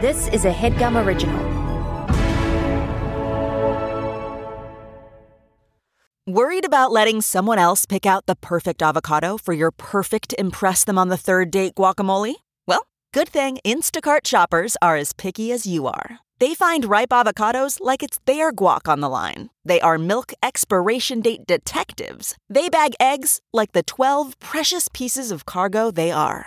This is a headgum original. Worried about letting someone else pick out the perfect avocado for your perfect Impress Them on the Third Date guacamole? Well, good thing Instacart shoppers are as picky as you are. They find ripe avocados like it's their guac on the line. They are milk expiration date detectives. They bag eggs like the 12 precious pieces of cargo they are.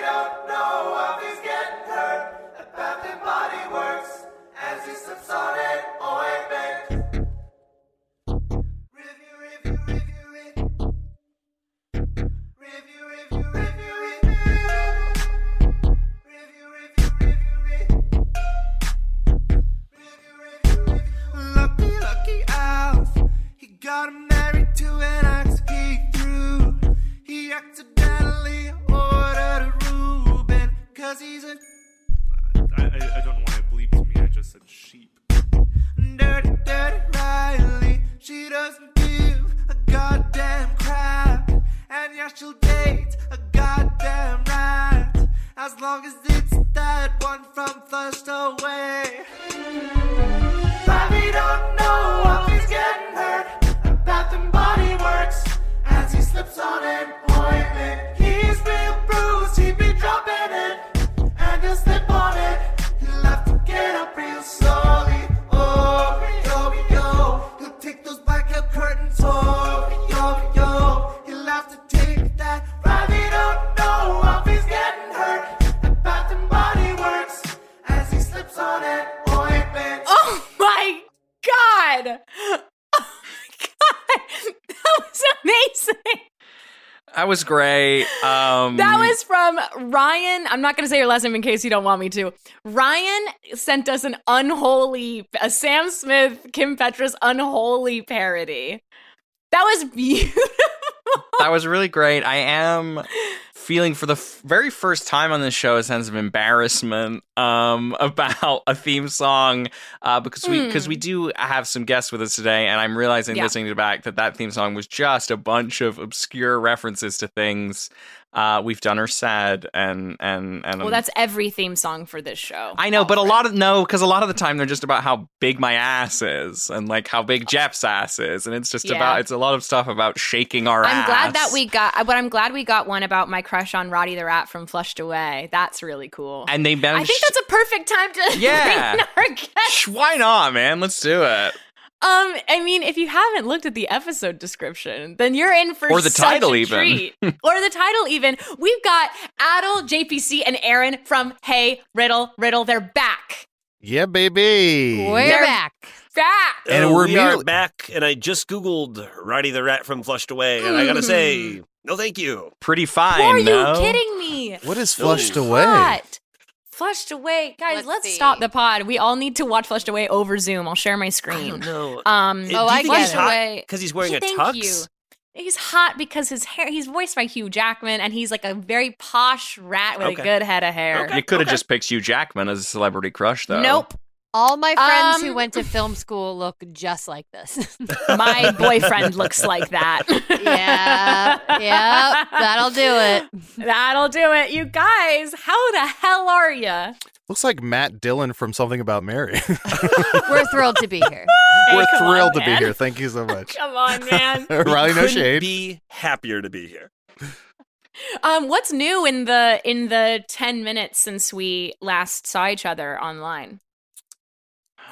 don't know of his getting hurt. About the body works as he slips on an ointment. Review, review, review, review. Review, review, review, review. Review, review, review, review. Lucky, lucky Alf. He got married to an axe he threw. He accidentally ordered a Reuben, cause he's a I, I, I don't know why it bleeped me. I just said sheep. dirty, dirty Riley. She doesn't give a goddamn crap. And yeah, she'll date a goddamn rat. As long as it's that one from Thirst Away. Bobby don't know if he's getting hurt. About them body works as he slips on an ointment. He's real bruised, he be dropping it and he'll slip on it. He'll have to get up real slowly. Oh, yo, yo, he'll take those blackout curtains. Oh, yo, yo, he'll have to take that. Bobby don't know if he's getting hurt. About them body works as he slips on an ointment. Oh my god! Oh my god! That was amazing! That was great. Um, That was from Ryan. I'm not going to say your last name in case you don't want me to. Ryan sent us an unholy, a Sam Smith, Kim Petras unholy parody. That was beautiful. that was really great. I am feeling for the f- very first time on this show a sense of embarrassment um, about a theme song uh, because we because we do have some guests with us today, and I'm realizing Hmm. Yeah. listening to back that that theme song was just a bunch of obscure references to things uh, we've done or said, and and and Well, that's every theme song for this show. I know, but a lot of no, because a lot of the time they're just about how big my ass is and like how big Jeff's ass is, and it's just Yeah. about it's a lot of stuff about shaking our ass. I'm glad that we got, but I'm glad we got one about my crush on Roddy the Rat from Flushed Away. That's really cool. and they managed. I think that's a perfect time to Yeah. bring in our guest. Sh- Why not, man? Let's do it. Um, I mean, if you haven't looked at the episode description, then you're in for Or the such title a even. treat. or the title even. We've got Adel, JPC, and Aaron from Hey Riddle Riddle. They're back, Yeah, baby. We're They're- back. back. And Uh, we're we are merely- back, and I just googled Roddy the Rat from Flushed Away, and I gotta say, no, thank you. Pretty fine. Mm-hmm. Are no? you kidding me? What is No. flushed away? Hot. Flushed away, guys. Let's, Let's see. stop the pod. We all need to watch Flushed Away over Zoom. I'll share my screen. No, Um, Oh, I get it. because he's wearing He- a thank tux. you. He's hot because his hair. He's voiced by Hugh Jackman, and he's like a very posh rat with Okay. a good head of hair. Okay. You could have just picked Hugh Jackman as a celebrity crush, though. Nope. All my friends who Um, went to film school look just like this. My boyfriend looks like that. yeah. Yep. That'll do it. That'll do it. You guys, how the hell are you? Looks like Matt Dillon from Something About Mary. We're thrilled to be here. We're come on, thrilled to be man. here. Thank you so much. Come on, man. We Riley, no couldn't shade. Be happier to be here. um, what's new in the in the 10 minutes since we last saw each other online?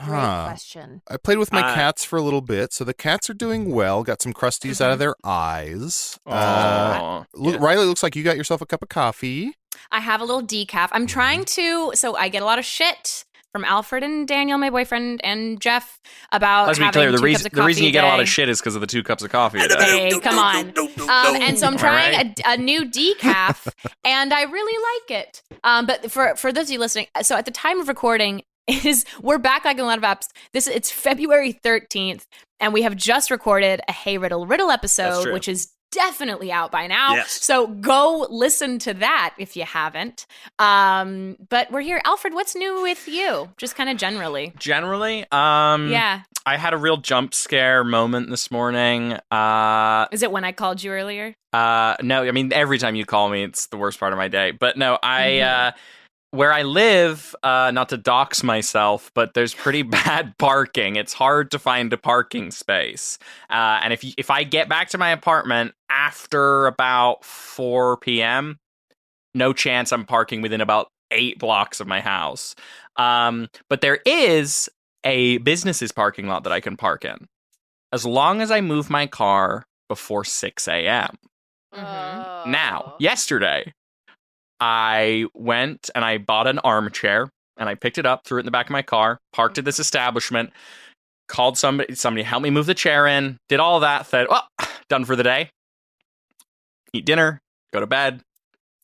Great Huh. question. I played with my Uh, cats for a little bit, so the cats are doing well. Got some crusties out of their eyes. Uh, Aw. lo- Riley looks like you got yourself a cup of coffee. I have a little decaf. Mm-hmm. I'm trying to so I get a lot of shit from Alfred and Daniel, my boyfriend, and Jeff about Let's be having clear. The two cups reason of the reason coffee you get a lot day. of shit is because of the two cups of coffee. a day. Hey, come on. Um, and so I'm All trying right. a, a new decaf, and I really like it. Um, but for for those of you listening, uh, so at the time of recording it is we're back like in a lot of apps. This it's February 13th, and we have just recorded a Hey Riddle Riddle episode, true. which is definitely out by now. Yes. So go listen to that if you haven't. Um, but we're here. Alfred, what's new with you? Just kind of generally. Generally, um, Yeah. I had a real jump scare moment this morning. Uh, Is it when I called you earlier? Uh, no, I mean every time you call me, it's the worst part of my day. But no, I uh, where I live, uh, not to dox myself, but there's pretty bad parking. It's hard to find a parking space, uh, and if you, if I get back to my apartment after about four p.m., no chance I'm parking within about eight blocks of my house. Um, but there is a business's parking lot that I can park in, as long as I move my car before six a.m. Now, yesterday, I went and I bought an armchair and I picked it up, threw it in the back of my car, parked at this establishment, called somebody, somebody helped me move the chair in, did all that, said, well, done for the day. Eat dinner, go to bed.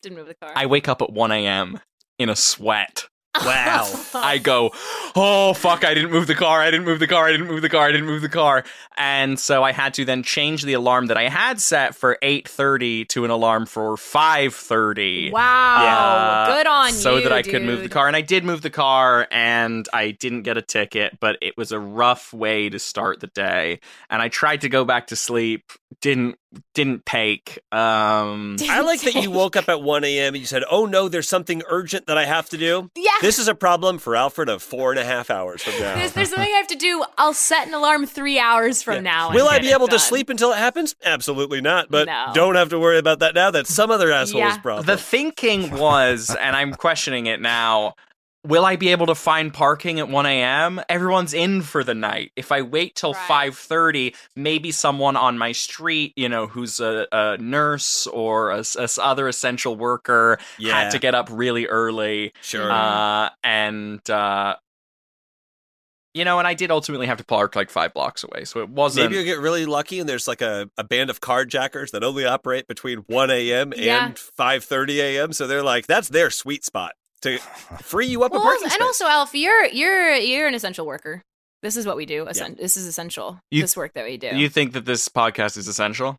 Didn't move the car. I wake up at 1 a.m. in a sweat. Wow. I go, oh fuck, I didn't move the car, I didn't move the car, I didn't move the car, I didn't move the car. And so I had to then change the alarm that I had set for 8:30 to an alarm for 5:30. wow. Uh, Good on so you. that I could move the dude. car and I did move the car and I didn't get a ticket, but it was a rough way to start the day. And I tried to go back to sleep, didn't didn't take um I like that you woke up at 1 a.m. and you said, Oh no, there's something urgent that I have to do. Yeah. This is a problem for Alfred of four and a half hours from now. There's, there's something I have to do. I'll set an alarm three hours from now. and Will I get be it able to done. sleep until it happens? Absolutely not. But No. don't have to worry about that now. That's some other asshole's Yeah. problem. The thinking was, and I'm questioning it now. Will I be able to find parking at 1 a.m.? Everyone's in for the night. If I wait till Right. 5:30, maybe someone on my street, you know, who's a, a nurse or a, s- a s- other essential worker, Yeah. had to get up really early. sure. Uh, and uh, you know, and I did ultimately have to park like five blocks away, so it wasn't. Maybe you'll get really lucky and there's like a, a band of carjackers that only operate between 1 a.m. Yeah. and 5.30 a.m. So they're like, that's their sweet spot to free you up a Well, parking and space. also, Alf, you're you're you're an essential worker. This is what we do. Essen- This is essential. You- this work that we do. you think that this podcast is essential?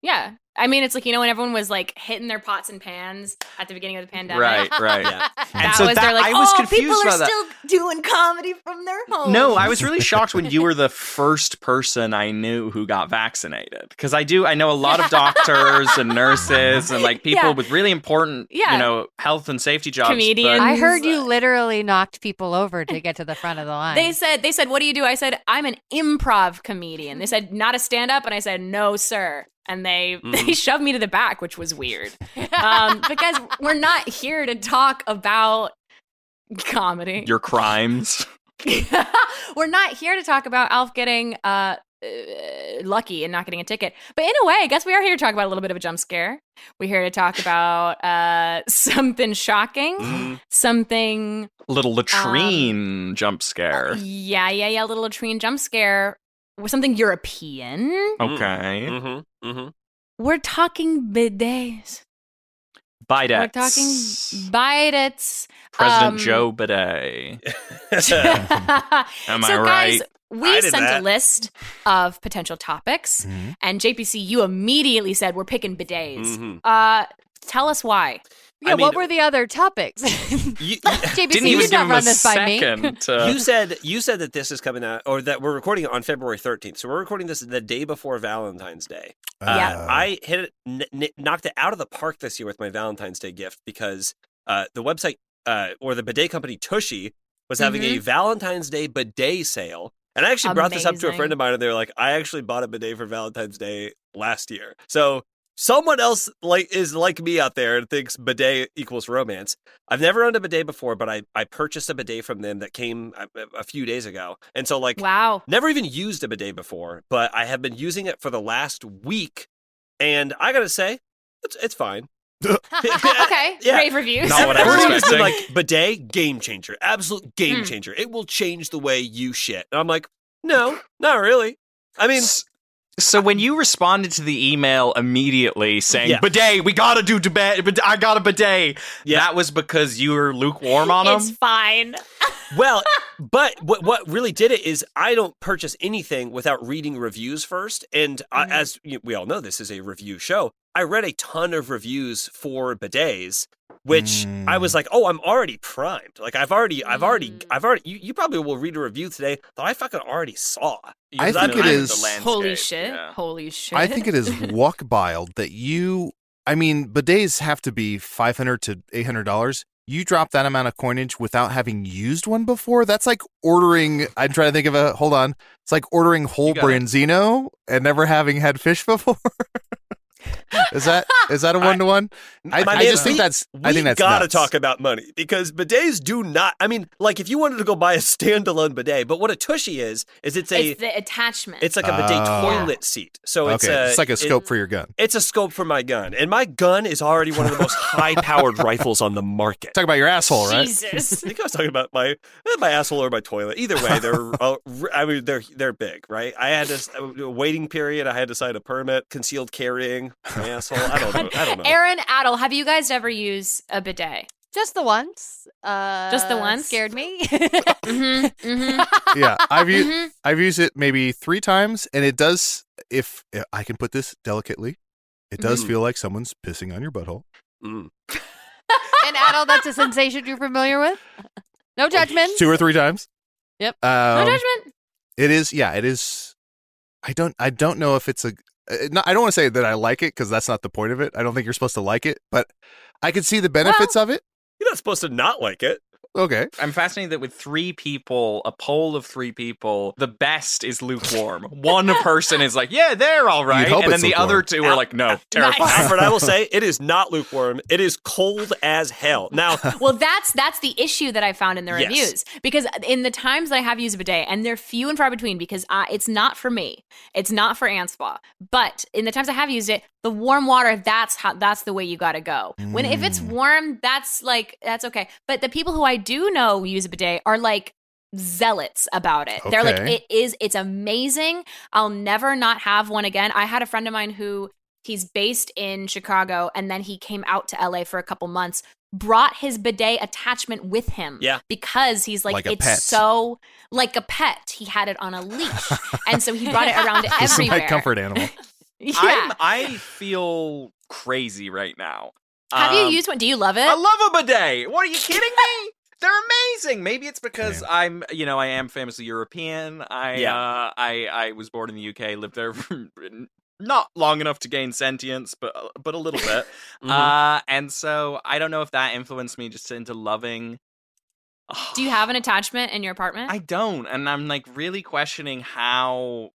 yeah. I mean, it's like you know when everyone was like hitting their pots and pans at the beginning of the pandemic. Right, right. Yeah. That so was that- they're like, I was oh, confused people are by that." still doing comedy from their home. No, I was really shocked when you were the first person I knew who got vaccinated. Because I do, I know a lot of doctors and nurses and like people Yeah. with really important, Yeah. you know, health and safety jobs. but- Comedians. I heard you literally knocked people over to get to the front of the line. They said, they said, what do you do? I said, I'm an improv comedian. They said, not a stand up. And I said, no, sir. And they, they shoved me to the back, which was weird. Um, because we're not here to talk about comedy. your crimes. we're not here to talk about Alf getting uh, uh, lucky and not getting a ticket. But in a way, I guess we are here to talk about a little bit of a jump scare. We're here to talk about uh, something shocking, Mm-hmm. Mm-hmm. something Little Um, latrine jump scare. Yeah, yeah, yeah. Little latrine jump scare. Or something European. Oh. Mm. okay. Mm-hmm. Mm-hmm. We're talking bidets. Biden. We're talking bidets. President um, Joe Bidet. Am so I right? guys, I we did sent that. a list of potential topics, Mm-hmm. and JPC, you immediately said we're picking bidets. Mhm. Uh, tell us why. yeah, I mean- what were the other topics? You, JBC, Didn't you even did give not him a run this by me. second. uh, to- you said you said that this is coming out, or that we're recording it on February 13th. So we're recording this the day before Valentine's Day. Oh. Yeah. Uh, I hit it, n- n- knocked it out of the park this year with my Valentine's Day gift because uh, the website uh, or the bidet company Tushy was having Mm-hmm. a Valentine's Day bidet sale. And I actually brought this up to a Amazing. friend of mine, and they're like, "I actually bought a bidet for Valentine's Day last year." So someone else like is like me out there and thinks bidet equals romance. I've never owned a bidet before, but I I purchased a bidet from them that came a, a- a few days ago, and so like Wow. Never even used a bidet before, but I have been using it for the last week, and I gotta say, it's, it's fine. okay. Yeah. Rave reviews. Not what I was Everyone has been expecting. like bidet game changer, absolute game Mm. changer. It will change the way you shit. And I'm like, no, not really. I mean, S- So when you responded to the email immediately saying Yeah. bidet, we gotta do debate, but I got a bidet. Yeah. That was because you were lukewarm on them. It's fine. Well, but what what really did it is I don't purchase anything without reading reviews first, and I, Mm-hmm. Mhm. as you- we all know, this is a review show. I read a ton of reviews for bidets, which I Mm. was like, oh, I'm already primed. Like I've already, I've already, Mm. I've already. You, you probably will read a review today that I fucking already saw. You're I think it familiar with is- the landscape, Holy shit. yeah. Holy shit. I think it is walk wild that you. I mean, bidets have to be five hundred to eight hundred dollars. You drop that amount of coinage without having used one before. That's like ordering. I'm trying to think of a. Hold on. It's like ordering whole You got it. branzino and never having had fish before. is that is that a I- one to one? I, My I man, just think we- that's. I think that's gotta nuts. talk about money because bidets do not. I mean, like if you wanted to go buy a standalone bidet, but what a tushy is is it's a It's the attachment. It's like a bidet Oh. toilet seat. So Okay, it's, it's, a, like a it- scope for your gun. it's a scope for my gun, and my gun is already one of the most high-powered rifles on the market. Talk about your asshole, right? Jesus. I think I was talking about my eh, my asshole or my toilet. Either way, they're uh, r- I mean they're they're big, right? I had this a waiting period. I had to sign a permit, concealed carrying my asshole. I don't know. I don't know. Aaron Adel, have you guys ever used a bidet? Just the once. Uh, the once? Scared me. Mm-hmm. mm-hmm. yeah, I've used Mhm. I've used it maybe three times, and it does. If, if I can put this delicately, it does Mhm. feel like someone's pissing on your butthole. Mm. Mm-hmm. An adult that's a sensation you're familiar with. No judgment. Two or three times. Yep. Um, No judgment. It is. Yeah. It is. I don't. I don't know if it's a. uh, no, I don't want to say that I like it because that's not the point of it. I don't think you're supposed to like it, but I could see the benefits of it. You're not supposed to not like it. Okay. I'm fascinated that with three people, a poll of three people, the best is lukewarm. One person is like, "Yeah, they're all right," hope and then it's the other lukewarm. two are like, "No, terrifying." Alfred, I will say it is not lukewarm. It is cold as hell. Now, Well, that's that's the issue that I found in the Yes. reviews because in the times that I have used a bidet, and they're few and far between because I, it's not for me, it's not for Anspa. But in the times I have used it, the warm water that's how that's the way you got to go. When if it's Mm. warm, that's like that's okay. But the people who I do know use a bidet are like zealots about it. They're like Okay. it is it's amazing. I'll never not have one again. I had a friend of mine who he's based in Chicago and then he came out to LA for a couple months, brought his bidet attachment with him. Yeah. Because he's like, Like a it's pet. so like a pet. He had it on a leash. and so he brought it around everywhere. This is my comfort animal. Yeah. I'm, I feel crazy right now. Have you Um, used one? Do you love it? I love a bidet. What are you kidding me? They're amazing. Maybe it's because I'm, you know, I am famously European. I, Yeah. uh, I, I was born in the UK, lived there for not long enough to gain sentience, but but a little bit. Mm-hmm. uh, and so I don't know if that influenced me just into loving. do you have an attachment in your apartment? I don't, and I'm like really questioning how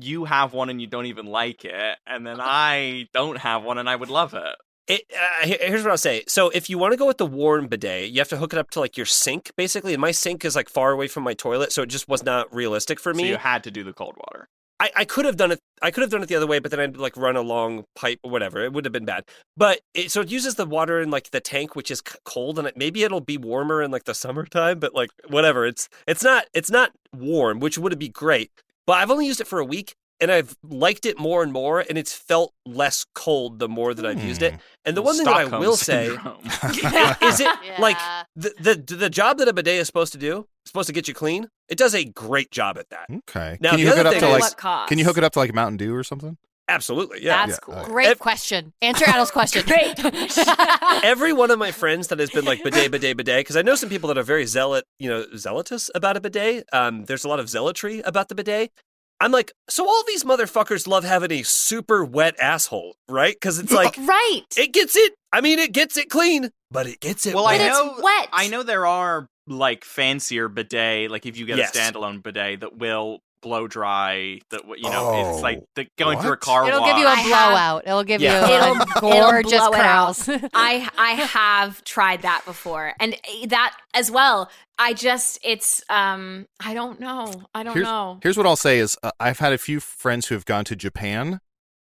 you have one and you don't even like it, and then I don't have one and I would love it. Uh-huh. It, uh, here- here's what I'll say. So if you want to go with the warm bidet, you have to hook it up to like your sink, basically. And my sink is like far away from my toilet, so it just was not realistic for So me. you had to do the cold water. I, I could have done it. I could have done it the other way, but then I'd like run a long pipe or whatever. It would have been bad. But it, so it uses the water in like the tank, which is c- cold, and it, maybe it'll be warmer in like the summertime. But like whatever, it's it's not it's not warm, which would be great. But I've only used it for a week, and I've liked it more and more, and it's felt less cold the more that I've used Hmm. it. And the one thing that I Stockholm will say syndrome. is it like Yeah. the, the the job that a bidet is supposed to do, it's supposed to get you clean. It does a great job at that. Okay. Now, can you the hook it other up thing to At is- like? what cost? Can you hook it up to like Mountain Dew or something? Absolutely, yeah. That's Yeah, cool. uh, Great Ev- question. Answer Adam's question. Great. Every one of my friends that has been like bidet, bidet, bidet, because I know some people that are very zealot, you know, zealotous about a bidet. Um, there's a lot of zealotry about the bidet. I'm like, so all these motherfuckers love having a super wet asshole, right? Because it's like right. it gets it. I mean, it gets it clean, but it gets it. Well, I but wet. know- it's wet. I know there are like fancier bidet, like if you get Yes. a standalone bidet that will blow dry. That w- you know, it's Oh, like the, going through a what? car It'll wash. give you I a have- blowout. It'll give Yeah. you a It'll- it'll gorgeous blow it out. curls. I I have tried that before, and eh, that as well. I just it's um I don't know. I don't know. Here's what I'll say is uh, I've had a few friends who have gone to Japan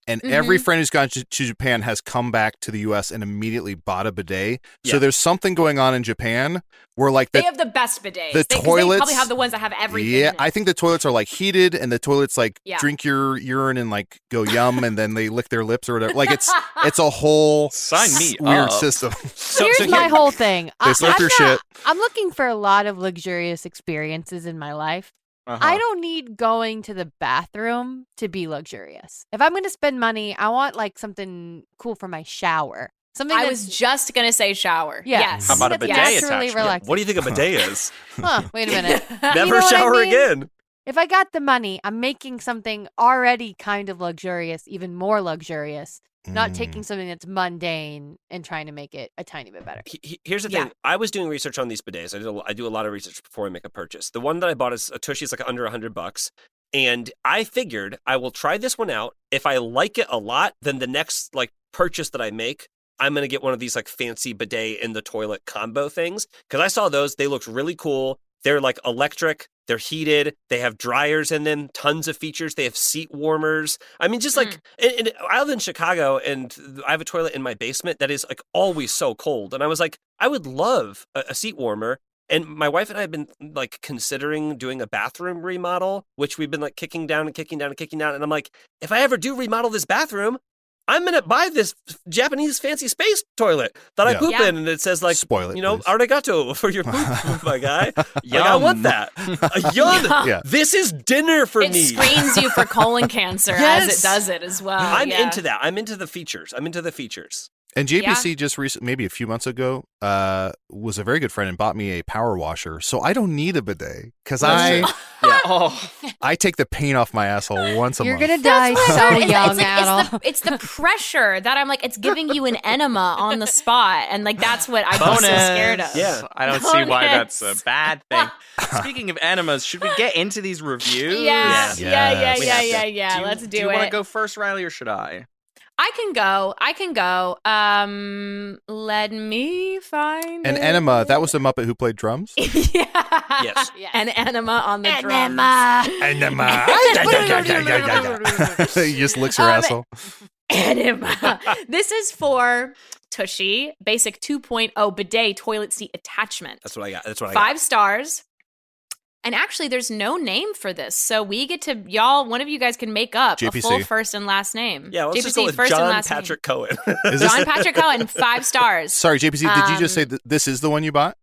And Mm-hmm. every friend who's gone to, to Japan has come back to the U.S. and immediately bought a bidet. So Yeah. there's something going on in Japan where like They the have the best bidets. they, the 'cause They toilets- probably have the ones that have everything. yeah, in it. I think the toilets are like heated, and the toilets like Yeah. drink your urine and like go yum, and then they lick their lips or whatever. Like it's it's a whole Sign me weird up. system. So, Here's so my here- whole thing. They I, slip am your shit. I'm looking for a lot of luxurious experiences in my life. Uh-huh. I don't need going to the bathroom to be luxurious. If I'm going to spend money, I want like something cool for my shower. Something I that's- was just gonna say shower. Yeah. Yes. How about a That's bidet naturally attachment? relaxing. What do you think a bidet is? Huh, wait a minute. Never know what I shower mean? again. if I got the money, I'm making something already kind of luxurious, even more luxurious. Not Mm. taking something that's mundane and trying to make it a tiny bit better. he- he- here's the Yeah. thing. I was doing research on these bidets. I, did a, I do a lot of research before I make a purchase. The one that I bought is a Tushy. It's like under 100 bucks. And I figured I will try this one out. If I like it a lot, then the next like purchase that I make, I'm going to get one of these like fancy bidet in the toilet combo things. Cause I saw those. They looked really cool. They're like electric. They're heated. They have dryers in them, tons of features. They have seat warmers. I mean, just like, and, and I live in Chicago and I have a toilet in my basement that is like always so cold. And I was like, I would love a, a seat warmer. And my wife and I have been like considering doing a bathroom remodel, which we've been like kicking down and kicking down and kicking down. And I'm like, if I ever do remodel this bathroom, I'm going to buy this Japanese fancy space toilet that Yeah. I poop Yeah. in. And it says like, Spoil it, you know, please. arigato for your poop, my guy. Like, I Yum. want that. Uh, yum. Yeah. Yeah. This is dinner for it me. screens you for colon cancer as Yes. it does it as well. I'm yeah. into that. I'm into the features. I'm into the features. And JPC just recently, maybe a few months ago, uh, was a very good friend and bought me a power washer, so I don't need a bidet because I Yeah. Oh, I take the paint off my asshole once a You're month. going to die That's what so I'm- it's- young, it's, like- Adel. it's, the, it's the pressure that I'm like, it's giving you an enema on the spot. And like, that's what I'm so bonus. scared of. Yeah. I don't see why that's a Bonus. bad thing. Speaking of enemas, should we get into these reviews? Yeah, Yes. yeah, yeah, yeah, Yes. We yeah, have to. yeah. you- Let's do, do you it. want to go first, Riley, or should I? I can go. I can go. Um, let me find An it. enema. That was the Muppet who played drums. yeah. Yes. An enema on the drums. enema. he just licks your Um, asshole. enema. this is for Tushy Basic 2.0 bidet toilet seat attachment. That's what I got. That's what I got. Five stars. And actually, there's no name for this, so we get to y'all. One of you guys can make up a JPC. full first and last name. Yeah, let's just JPC, go with first and John last name. Patrick Cohen. Is this John Patrick Cohen, five stars. Sorry, JPC, did you just say Um, that this is the one you bought?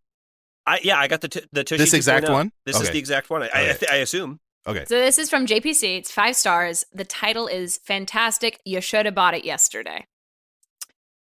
I, yeah, I got the t- the tushy This exact 2.0. one? This is Okay. the exact one. I, I, Okay. th- I assume. Okay. So this is from JPC. It's five stars. The title is fantastic. You should have bought it yesterday.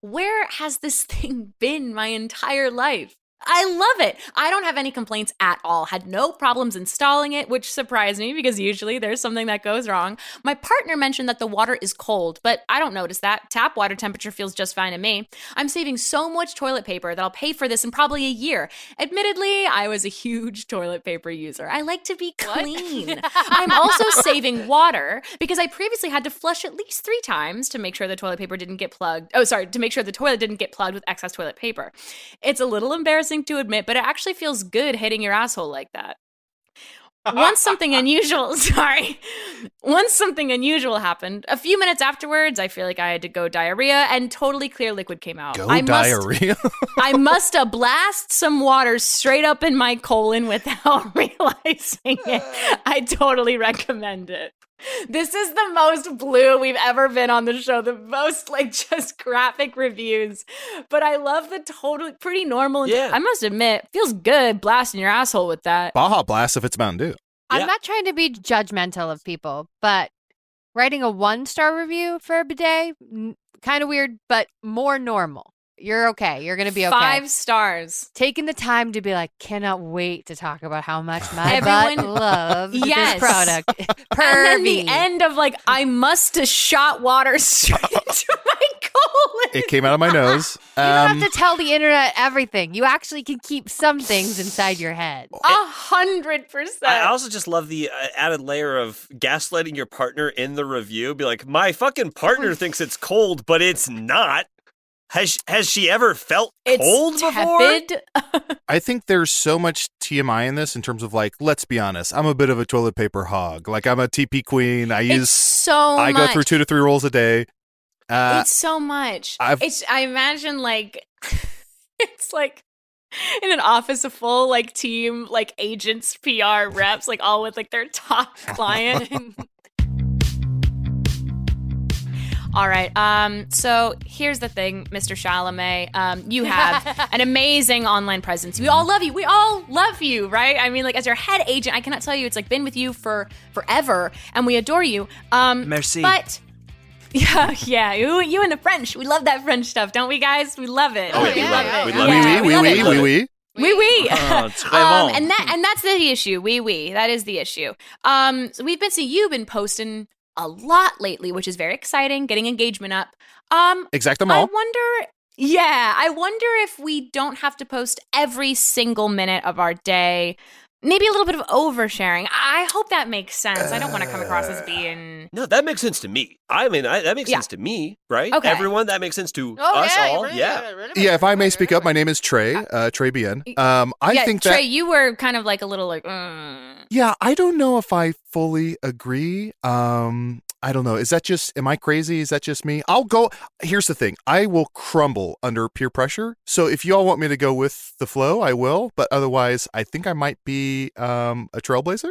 Where has this thing been my entire life? I love it. I don't have any complaints at all. Had no problems installing it, which surprised me because usually there's something that goes wrong. My partner mentioned that the water is cold, but I don't notice that. Tap water temperature feels just fine to me. I'm saving so much toilet paper that I'll pay for this in probably a year. Admittedly, I was a huge toilet paper user. I like to be clean. I'm also saving water because I previously had to flush at least three times to make sure the toilet paper didn't get plugged. Oh, sorry, to make sure the toilet didn't get plugged with excess toilet paper. It's a little embarrassing to admit, but it actually feels good hitting your asshole like that. Once something unusual, sorry, once something unusual happened, a few minutes afterwards, I feel like I had to go diarrhea and totally clear liquid came out. Go I must diarrhea. I must have blast some water straight up in my colon without realizing it. I totally recommend it. This is the most blue we've ever been on the show. The most like just graphic reviews, but I love the totally pretty normal. Yeah. I must admit, feels good blasting your asshole with that. Baja Blast if it's Mountain Dew. Yeah. I'm not trying to be judgmental of people, but writing a one star review for a bidet, kind of weird, but more normal. You're okay. You're going to be okay. Five stars. Taking the time to be like, cannot wait to talk about how much my butt Everyone- loves Yes. this product. And then the Pervy. end of like, I must have shot water straight into my colon. It came out of my nose. you don't Um, have to tell the internet everything. You actually can keep some things inside your head. A hundred I percent. also just love the uh, added layer of gaslighting your partner in the review. Be like, my fucking partner thinks it's cold, but it's not. Has has she ever felt It's cold before? tepid. I think there's so much TMI in this in terms of like, let's be honest, I'm a bit of a toilet paper hog. Like I'm a TP queen. I It's use so I much. go through two to three rolls a day. Uh, it's so much. I've- it's I imagine like it's like in an office of full like team like agents, PR reps, like all with like their top client. All right. Um, so here's the thing, Mr. Chalamet. Um, you have an amazing online presence. We all love you. We all love you, right? I mean, like as your head agent, I cannot tell you. It's like been with you for forever, and we adore you. Um, Merci. But yeah, yeah. You, you and the French. We love that French stuff, don't we, guys? We love it. Oh, we yeah, we love love it. Oh, We it. love yeah, it. Ah, wee wee wee love wee it. wee. Oui, oui. Oh, très Um, bon. and that and that's the issue. We we that is the issue. Um, so we've been seeing you've been posting a lot lately, which is very exciting, getting engagement up. Um, Exact them I all. wonder. Yeah, I wonder if we don't have to post every single minute of our day. Maybe a little bit of oversharing. I hope that makes sense. I don't want to come across Uh, as being. No, that makes sense to me. I mean, I, that makes Yeah. sense to me, right? Okay. Everyone, that makes sense to Oh, us yeah, all. really- yeah. really- Yeah, if I may speak up, my name is Trey, uh, Trey Bien. Um, I yeah, think Trey, that. you were kind of like a little like. Mm. Yeah, I don't know if I fully agree. Um, I don't know. Is that just? Am I crazy? Is that just me? I'll go. Here's the thing. I will crumble under peer pressure. So if you all want me to go with the flow, I will. But otherwise, I think I might be um, a trailblazer.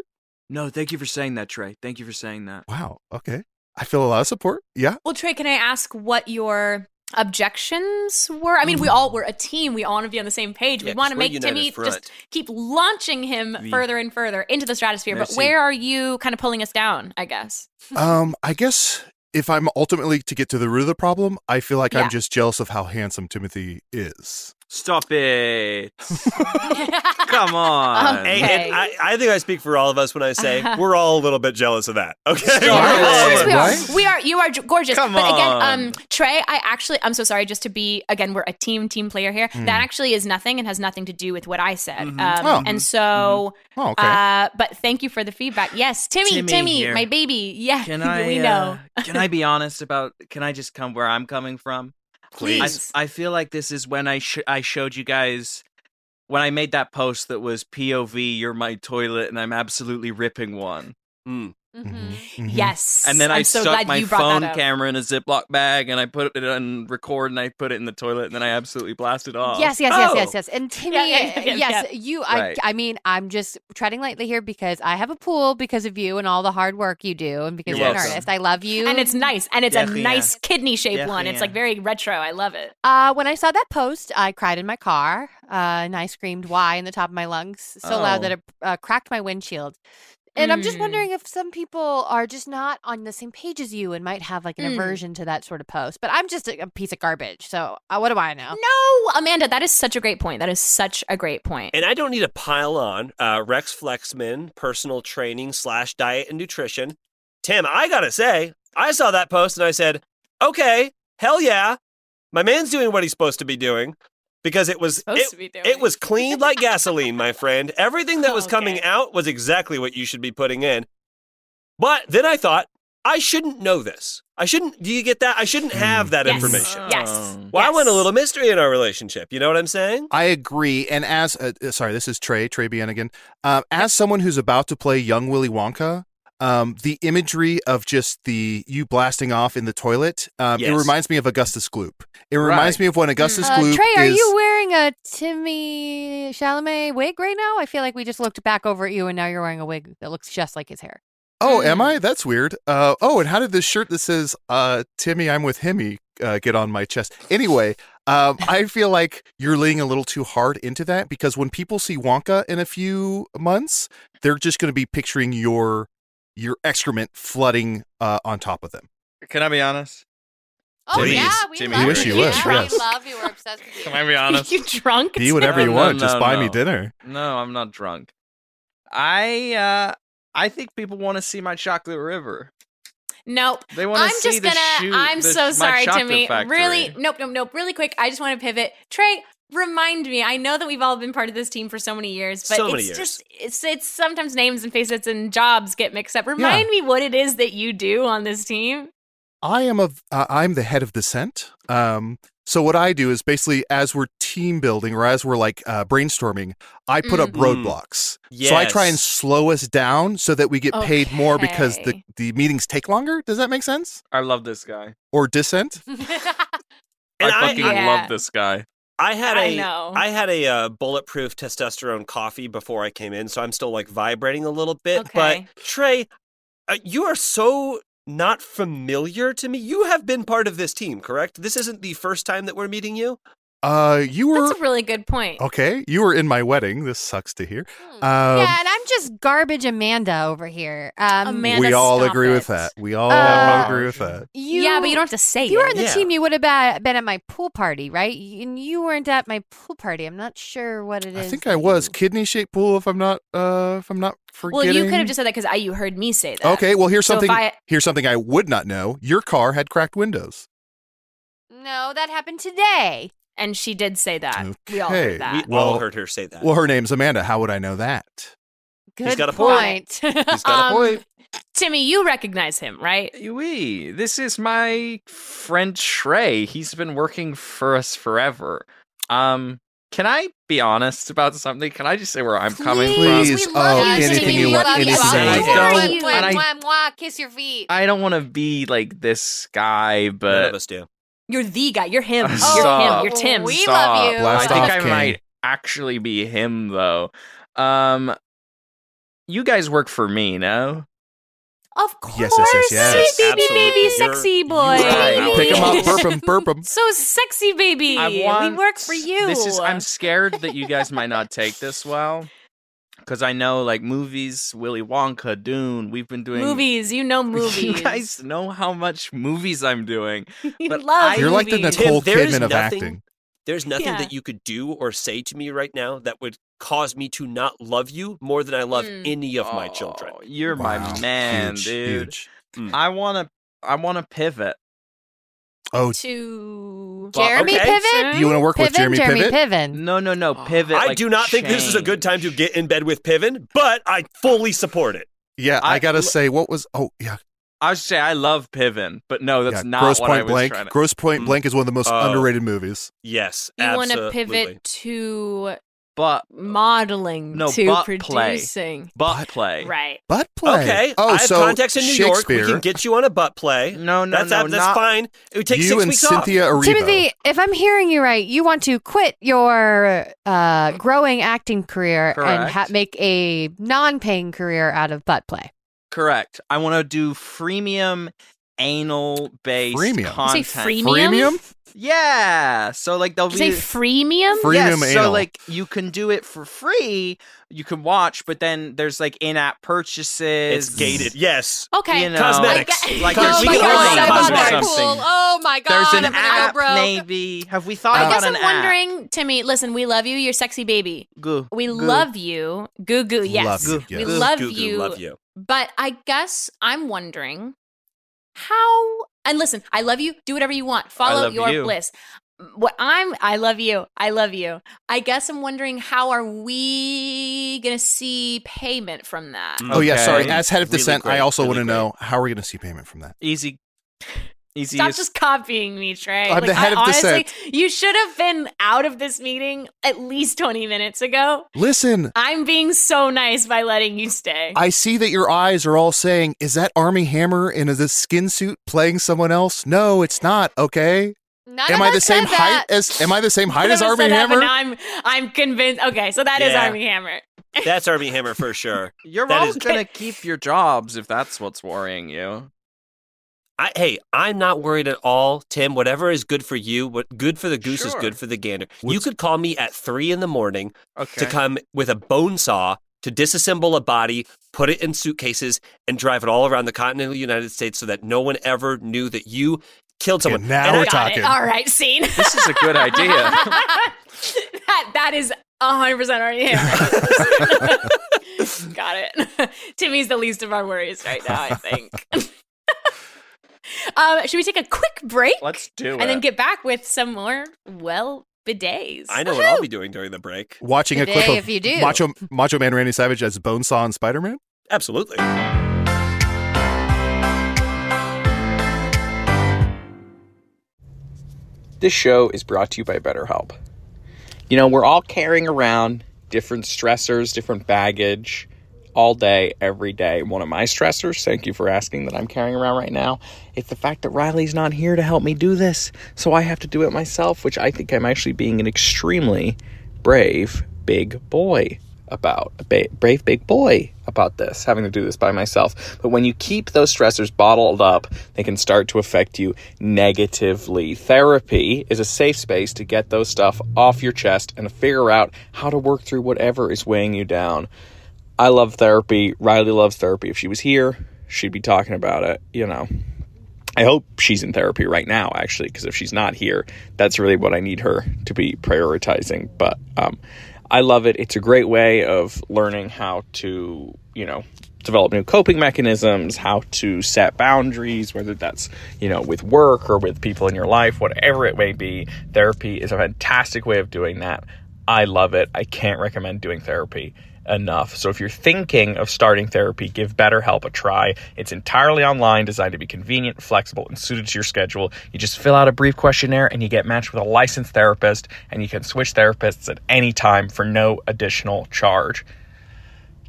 no, thank you for saying that, Trey. Thank you for saying that. Wow. Okay. I feel a lot of support. Yeah. Well, Trey, can I ask what your objections were? I mean, we all were a team. We all want to be on the same page. Mm. Yeah, we want 'cause to we're make united Timmy front. just keep launching him Oui. further and further into the stratosphere. But Merci. where are you kind of pulling us down, I guess? Um, I guess if I'm ultimately to get to the root of the problem, I feel like Yeah. I'm just jealous of how handsome Timothy is. Stop it. Come on. Okay. And, and I, I think I speak for all of us when I say we're all a little bit jealous of that. Okay. Yeah, We're Right. all a of course we little bit- are. Right? We are. You are j- gorgeous. Come but again, on. um, Trey, I actually, I'm so sorry. Just to be again, we're a team, team player here. That actually is nothing and has nothing to do with what I said. Um, Hmm. Oh. And so, Oh, okay. uh, but thank you for the feedback. Yes, Timmy, Timmy, Timmy here. my baby. Yeah, Can I? we know. uh, can I be honest about? Can I just come where I'm coming from? Please. I, s- I feel like this is when I sh- I showed you guys when I made that post that was POV. You're my toilet, and I'm absolutely ripping one. Mm. Mhm. Mhm. Mm-hmm. Yes. And then I I'm so stuck glad my you brought phone that up. camera in a Ziploc bag, and I put it on record, and I put it in the toilet, and then I absolutely blasted off. Yes, yes, yes, Oh! yes, yes. And Timmy, yeah, yeah, yeah, yes, you. I, Right. I mean, I'm just treading lightly here because I have a pool because of you and all the hard work you do, and because You're you're an welcome. artist. I love you. And it's nice. And it's Yeah, a yeah. nice kidney shaped Yeah, one. It's yeah. like very retro. I love it. Uh, when I saw that post, I cried in my car uh, and I screamed "Why" in the top of my lungs so Oh. loud that it uh, cracked my windshield. And I'm just Mm. wondering if some people are just not on the same page as you and might have like an Mm. aversion to that sort of post. But I'm just a, a piece of garbage, so uh, what do I know? No, Amanda, that is such a great point. That is such a great point. And I don't need to pile on uh, Rex Flexman, personal training slash diet and nutrition. Tim, I gotta say, I saw that post and I said, okay, hell yeah, my man's doing what he's supposed to be doing because it was Supposed it- to be doing. It was clean like gasoline, my friend. Everything that was coming Okay. out was exactly what you should be putting in. But then I thought, I shouldn't know this. I shouldn't, do you get that? I shouldn't have that Yes. information. Yes. Well, I Yes. want a little mystery in our relationship. You know what I'm saying? I agree. And as uh, uh, sorry, this is Trey Trey Bienigan. Um, as someone who's about to play young Willy Wonka, um, the imagery of just the you blasting off in the toilet, um, it Yes. reminds me of Augustus Gloop. It reminds Right. me of when Augustus Uh, Gloop Trey, are is- you wearing a Timmy Chalamet wig right now? I feel like we just looked back over at you, and now you're wearing a wig that looks just like his hair. Oh, am I? That's weird. Uh, oh, and how did this shirt that says uh, "Timmy, I'm with Himmy" uh, get on my chest? Anyway, um, I feel like you're leaning a little too hard into that because when people see Wonka in a few months, they're just going to be picturing your your excrement flooding uh, on top of them. Can I be honest? Oh Timmy yeah, is- we Timmy love is great. you. We wish you we would, yes. love you. We're obsessed with you. Can I be honest? you drunk? Be whatever No, you no, want. just no, buy me no. dinner. No, I'm not drunk. I uh I think people want to see my chocolate river. Nope. They want I'm to see just the gonna. shoot. I'm the- so my sorry, chocolate Timmy. Factory. Really, nope, nope, nope. Really quick, I just want to pivot. Trey, remind me. I know that we've all been part of this team for so many years, but So it's many years. just it's it's sometimes names and faces and jobs get mixed up. Remind me what it is that you do on this team. I am a uh, I'm the head of the scent. Um, So what I do is basically as we're team building or as we're like uh, brainstorming, I put up Mhm. Mm-hmm. roadblocks. So I try and Yes. slow us down so that we get paid more because the, Okay. the meetings take longer. Does that make sense? I love this guy. Or dissent? Mm-hmm. And I I- fucking I- Yeah. love this guy. I had I a know. I had a uh, bulletproof testosterone coffee before I came in, so I'm still like vibrating a little bit. Okay. But Trey, uh, you are so not familiar to me. You have been part of this team, correct? This isn't the first time that we're meeting you. Uh, you were That's a really Hmm. good point. okay. You were in my wedding. This sucks to hear. Um, yeah, and I'm just garbage Amanda over here. Um, Amanda- we all stop agree with it. Oh, that. We all Uh, agree with that. you, yeah, but you don't have to say If you were on it. the Yeah. team, you would have ba- been at my pool party, right? Y- And you weren't at my pool party. I'm not sure what it I is. think that I was you- kidney shaped pool. If I'm not, uh, if I'm not Well, forgetting. you could have just said that because you heard me say that. Mm-hmm. Okay, well here's Uh, So if something. I- here's something I would not know. Your car had cracked windows. No, that happened today. And she did say that. We all heard Okay. that. We Well- all heard her say that. Well, her name's Amanda. How would I know that? Good got a point. point. He's got Um, a point. Timmy, you recognize him, right? Oui, this is my friend Trey. He's been working for us forever. Um, can I be honest about something? Can I just say where I'm coming from? Please, Please, we love oh, you, anything Timmy. you we want, love you. anything All you over want. you. And I- Mwah, mwah, kiss your feet. I don't want to be like this guy, None of but us do. You're the guy. You're him. You're Stop. him. You're Tim. We Stop. love you. I Blast think off, I King. might actually be him though. Um, you guys work for me, no? Of course. Yes, yes, yes, yes. Baby, baby, Absolutely. sexy You're- boy. you're right. Pick 'em up, burp 'em, burp 'em. so sexy, baby. I want, we work for you. This is. I'm scared that you guys might not take this well, because I know like movies, Willy Wonka, Dune. We've been doing movies. You know movies. You guys know how much movies I'm doing. You but love I- You're like the movies. Tim, Nicole there is Kidman of nothing- acting. There's nothing Yeah. that you could do or say to me right now that would cause me to not love you more than I love Mm. any of my children. Oh, You're Wow. my man, Huge, dude. huge. I wanna. I wanna pivot. Oh, to Well, Jeremy okay. Piven? you want to work with Piven? Jeremy, Jeremy Piven? Piven. No, no, no. Pivot. I like, do not think this is a good time to change. get in bed with Piven, but I fully support it. Yeah, I, I- gotta l- say, what was? Oh, yeah, I would say I love Piven, but no, that's yeah, not Gross what Point I was Blank. trying to. Gross Point Mm. Blank is one of the most Oh. underrated movies. Yes, You want to absolutely. pivot to But modeling No, to but play. producing. butt play. Right. Butt play. Okay. Oh, I have so contacts in New York. We Shakespeare. can get you on a butt play. No, no, that's no. that's not, fine. It would take you six and weeks Cynthia Erivo. Timothy, if I'm hearing you right, you want to quit your uh, growing acting career and ha- Correct. make a non-paying career out of butt play. Correct. I want to do freemium anal based Freemium? You say You say freemium? content. Premium. Yeah. So like they'll You say be freemium? Free- Yes, Freemium So anal. like you can do it for free. You can watch, but then there's like in-app purchases. off. It's gated. Yes. Okay. You know, Cosmetics. I get- Like Oh there's my porn God, or I bought something. that Oh my There's an app, maybe. Have we thought I about guess an I'm app? wondering, Timmy, listen, we love you. You're sexy baby. Goo, We goo. love you. Goo goo. Yes. Love you, We yes. love Goo goo, you. Love you. But I guess I'm wondering how. And listen, I love you. Do whatever you want. Follow love your you. bliss. What I'm, I love you. I love you. I guess I'm wondering how are we gonna see payment from that? Oh yeah, sorry. Mm. Okay. As head of Really dissent, I great, also want really to great. know how are we going to see payment from that? Easy, easy. Stop as- just copying me, Trey. I'm the head of honestly, dissent. you should have been out of this meeting at least 20 minutes ago. Listen, I'm being so nice by letting you stay. I see that your eyes are all saying, "Is that Army Hammer in this skin suit playing someone else?" No, it's not. Okay. am I the same height as? Am I the same height Never as said Army that, but Hammer? now I'm, I'm convinced. Okay, so that is Yeah. Army Hammer. That's Army Hammer for sure. You're That all is- gonna keep your jobs if that's what's worrying you. I, hey, I'm not worried at all, Tim. Whatever is good for you, what good for the goose is Sure. good for the gander. you What's- could call me at three in the morning Okay. to come with a bone saw to disassemble a body, put it in suitcases, and drive it all around the continental United States so that no one ever knew that you killed someone. And now And I- we're Got talking. it. All right, scene. this is a good idea. that that is hundred percent Army Hammer. Got it. Timmy's the least of our worries right now. I think. um, should we take a quick break? Let's do it. and then get back with some more well bidets. I know what I'll be doing during the break. Watching a Today, clip of if you do. Macho Macho Man Randy Savage as Bonesaw and Spider Man. Absolutely. This show is brought to you by BetterHelp. You know, we're all carrying around different stressors, different baggage all day, every day. One of my stressors, thank you for asking, that I'm carrying around right now, is the fact that Riley's not here to help me do this. So I have to do it myself, which I think I'm actually being an extremely brave big boy about a ba- brave big boy about this having to do this by myself but when you keep those stressors bottled up they can start to affect you negatively therapy is a safe space to get those stuff off your chest and figure out how to work through whatever is weighing you down i love therapy riley loves therapy if she was here she'd be talking about it you know I hope she's in therapy right now, actually, because if she's not here, that's really what I need her to be prioritizing. But um, I love it. It's a great way of learning how to, you know, develop new coping mechanisms, how to set boundaries, whether that's, you know, with work or with people in your life, whatever it may be. Therapy is a fantastic way of doing that. I love it. I can't recommend doing therapy enough. So if you're thinking of starting therapy, give BetterHelp a try. It's entirely online, designed to be convenient, flexible, and suited to your schedule. You just fill out a brief questionnaire and you get matched with a licensed therapist, and you can switch therapists at any time for no additional charge.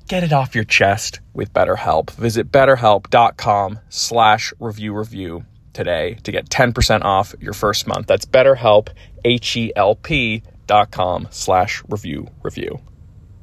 Get it off your chest with BetterHelp. Visit betterhelp.com slash review review today to get 10% off your first month. That's betterhelp, H-E-L-P dot com slash review review.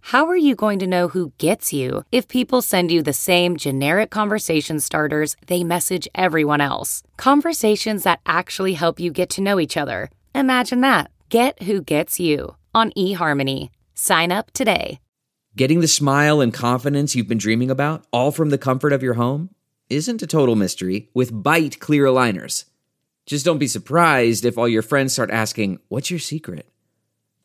How are you going to know who gets you if people send you the same generic conversation starters they message everyone else? Conversations that actually help you get to know each other. Imagine that. Get who gets you on eHarmony. Sign up today. Getting the smile and confidence you've been dreaming about, all from the comfort of your home, isn't a total mystery with bite clear aligners. Just don't be surprised if all your friends start asking, What's your secret?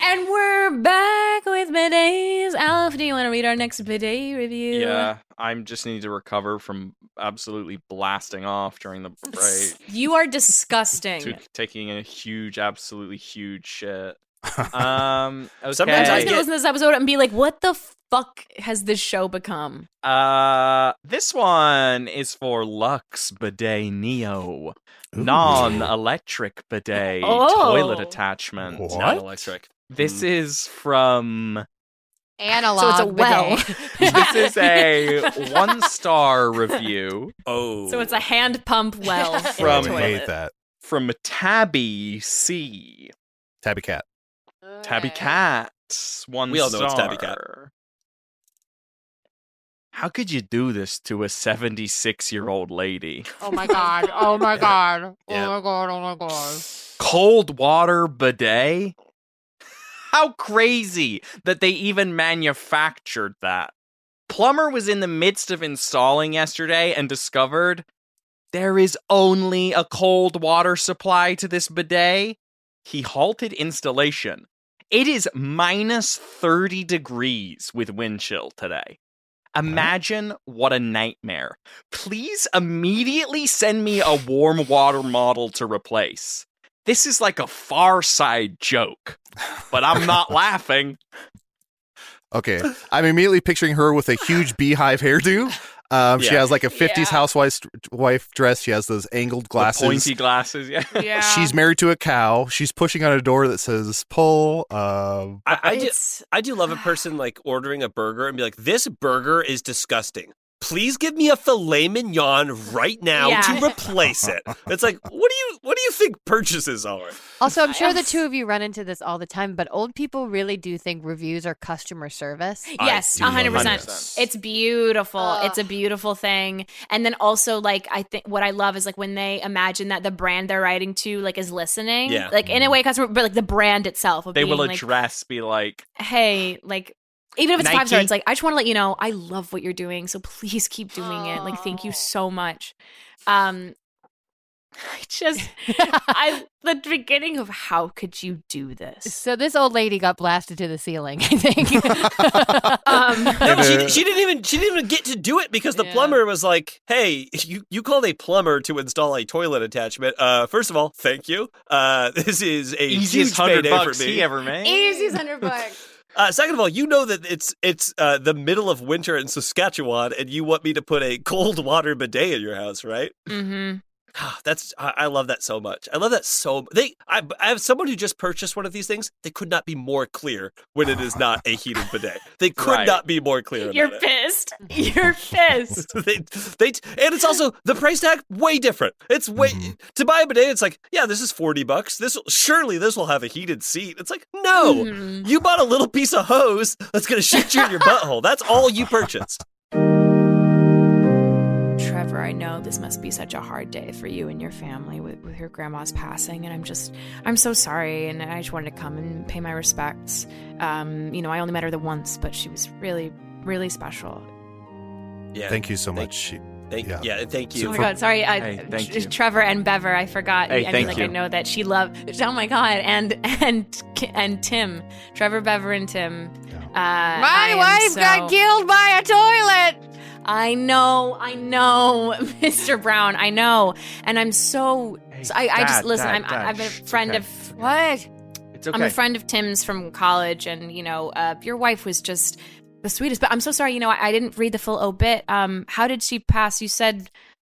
And we're back with bidets. Alf, do you want to read our next bidet review? Yeah, I'm just need to recover from absolutely blasting off during the break. You are to disgusting. taking a huge, absolutely huge shit. Um, okay. I'm Sometimes just I gonna get- listen to this episode and be like, "What the fuck has this show become?" uh, this one is for Lux Bidet Neo, non-electric bidet toilet Oh. attachment. What? Not electric. This is from. Analog. so it's a well. bidet. This is a one-star review Oh. so it's a hand pump well in the From- I toilet. hate that. from Tabby C. Tabby cat. Tabby Cat. One We all know it's Tabby Cat. star. How could you do this to a 76 year old lady? Oh my god. Oh my god. Yeah. Oh my god. Oh my god. Cold water bidet? How crazy that they even manufactured that. Plumber was in the midst of installing yesterday and discovered there is only a cold water supply to this bidet. He halted installation. It is minus 30 degrees with wind chill today. Imagine what a nightmare. Please immediately send me a warm water model to replace. This is like a far side joke, but I'm not laughing. Okay. I'm immediately picturing her with a huge beehive hairdo. Um, She Yeah. has like a 50s Yeah. housewife wife dress. She has those angled glasses. The pointy glasses, yeah. Yeah. She's married to a cow. She's pushing on a door that says pull. Um, I, I, do, It's- I do love a person like ordering a burger and be like, this burger is disgusting. please give me a filet mignon right now Yeah. to replace it. It's like, what do you what do you think purchases are? Also, I'm sure the two of you run into this all the time, but old people really do think reviews are customer service. I Yes, do love 100%. this. It's beautiful. Ugh. It's a beautiful thing. And then also like I think what I love is like when they imagine that the brand they're writing to like is listening. Yeah. Like Mm. in a way customer but like the brand itself of They being will like address, be like, hey, like even if it's five Nike? stars, like I just want to let you know I love what you're doing, so please keep doing it. Like thank you so much. Um I just I the beginning of how could you do this? So this old lady got blasted to the ceiling, I think. Um No, she, she didn't even she didn't even get to do it because the Yeah. plumber was like, "Hey, you, you called a plumber to install a toilet attachment. Uh, first of all, thank you. Uh, this is a huge easiest hundred payday bucks for me. he ever made. Easy hundred bucks. Uh, second of all, you know that it's it's uh, the middle of winter in Saskatchewan, and you want me to put a cold water bidet in your house, right? Ah, Mm-hmm. That's I, I love that so much. I love that so. They I, I have someone who just purchased one of these things. They could not be more clear when it is not a heated bidet. They could Right. not be more clear. You're about it. pissed. You're pissed. they, they, and it's also the price tag way different. It's way Mm-hmm. to buy a bidet. It's like, yeah, this is forty bucks. This surely this will have a heated seat. It's like, no, Mhm. you bought a little piece of hose that's gonna shoot you in your butthole. That's all you purchased. Trevor, I know this must be such a hard day for you and your family with, with your grandma's passing, and I'm just, I'm so sorry, and I just wanted to come and pay my respects. Um, you know, I only met her the once, but she was really, really special. Yeah, Thank you so Thank- much. She- Thank, yeah. Yeah. and thank Oh you. my god, sorry, I, Hey, thank Tr- you. Trevor and Bever, I forgot. Hey, I mean, thank like you. I know that she loved. Oh my god, and and and Tim, Trevor, Bever, and Tim. Uh, I My am wife so- got killed by a toilet. I know, I know, Mr. Brown, I know, and I'm so. so I, I just Dad, listen. Dad, I'm, Dad, I'm a shh, friend okay. of. What? It's okay. I'm a friend of Tim's from college, and you know, uh, your wife was just the sweetest. But I'm so sorry. You know, I, I didn't read the full obit. Um, how did she pass? You said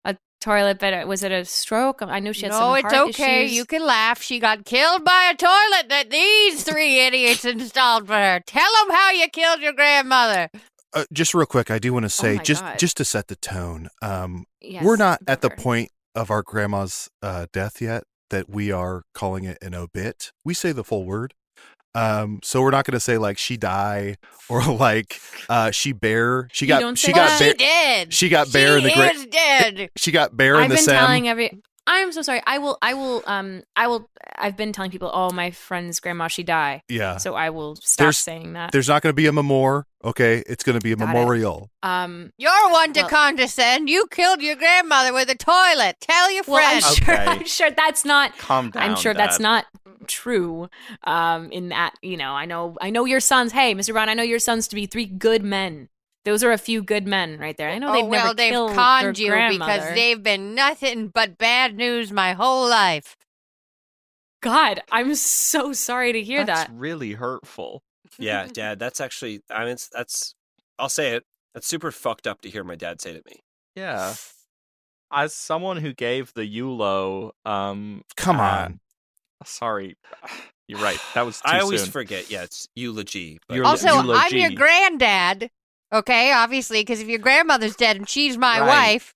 a toilet, but uh, was it a stroke? I know she had some no, it's heart okay. issues. You can laugh. She got killed by a toilet that these three idiots installed for her. Tell them how you killed your grandmother. Uh, just real quick, I do want to say Oh my just God. just to set the tone. Um, Yes, we're not at the Bever. point of our grandma's uh, death yet that we are calling it an obit. We say the full word. Um, so we're not going to say like she die or like uh, she bear. She You got don't she say got that? bear. She did. She got bear in the She grave. is dead. She got bear in I've the been sem. telling every. I'm so sorry. I will. I will. Um. I will. I've been telling people. Oh, my friend's grandma. She died. yeah. So I will stop There's- saying that. There's not going to be a memorial. Okay, it's going to be a Got it. memorial. Um. You're one to Well- condescend. You killed your grandmother with a toilet. Tell your Well, I'm friends. sure. Okay. I'm sure that's not. Calm down. I'm sure that's Dad. not true. Um. In that, you know, I know. I know your sons. Hey, Mr. Brown. I know your sons to be three good men. Those are a few good men right there. I know they've oh never well, they've killed conned their you because grandmother. they've been nothing but bad news my whole life. God, I'm so sorry to hear That's that. really hurtful. yeah, Dad, that's actually. I mean, it's, that's. I'll say it. That's super fucked up to hear my dad say to me. Yeah. As someone who gave the Yulo, um, Come uh, on. sorry, you're right. That was too I always soon. forget. Yeah, it's eulogy. but- You're- Also, you love I'm your G. granddad. Okay, obviously, because if your grandmother's dead and she's my Right. wife,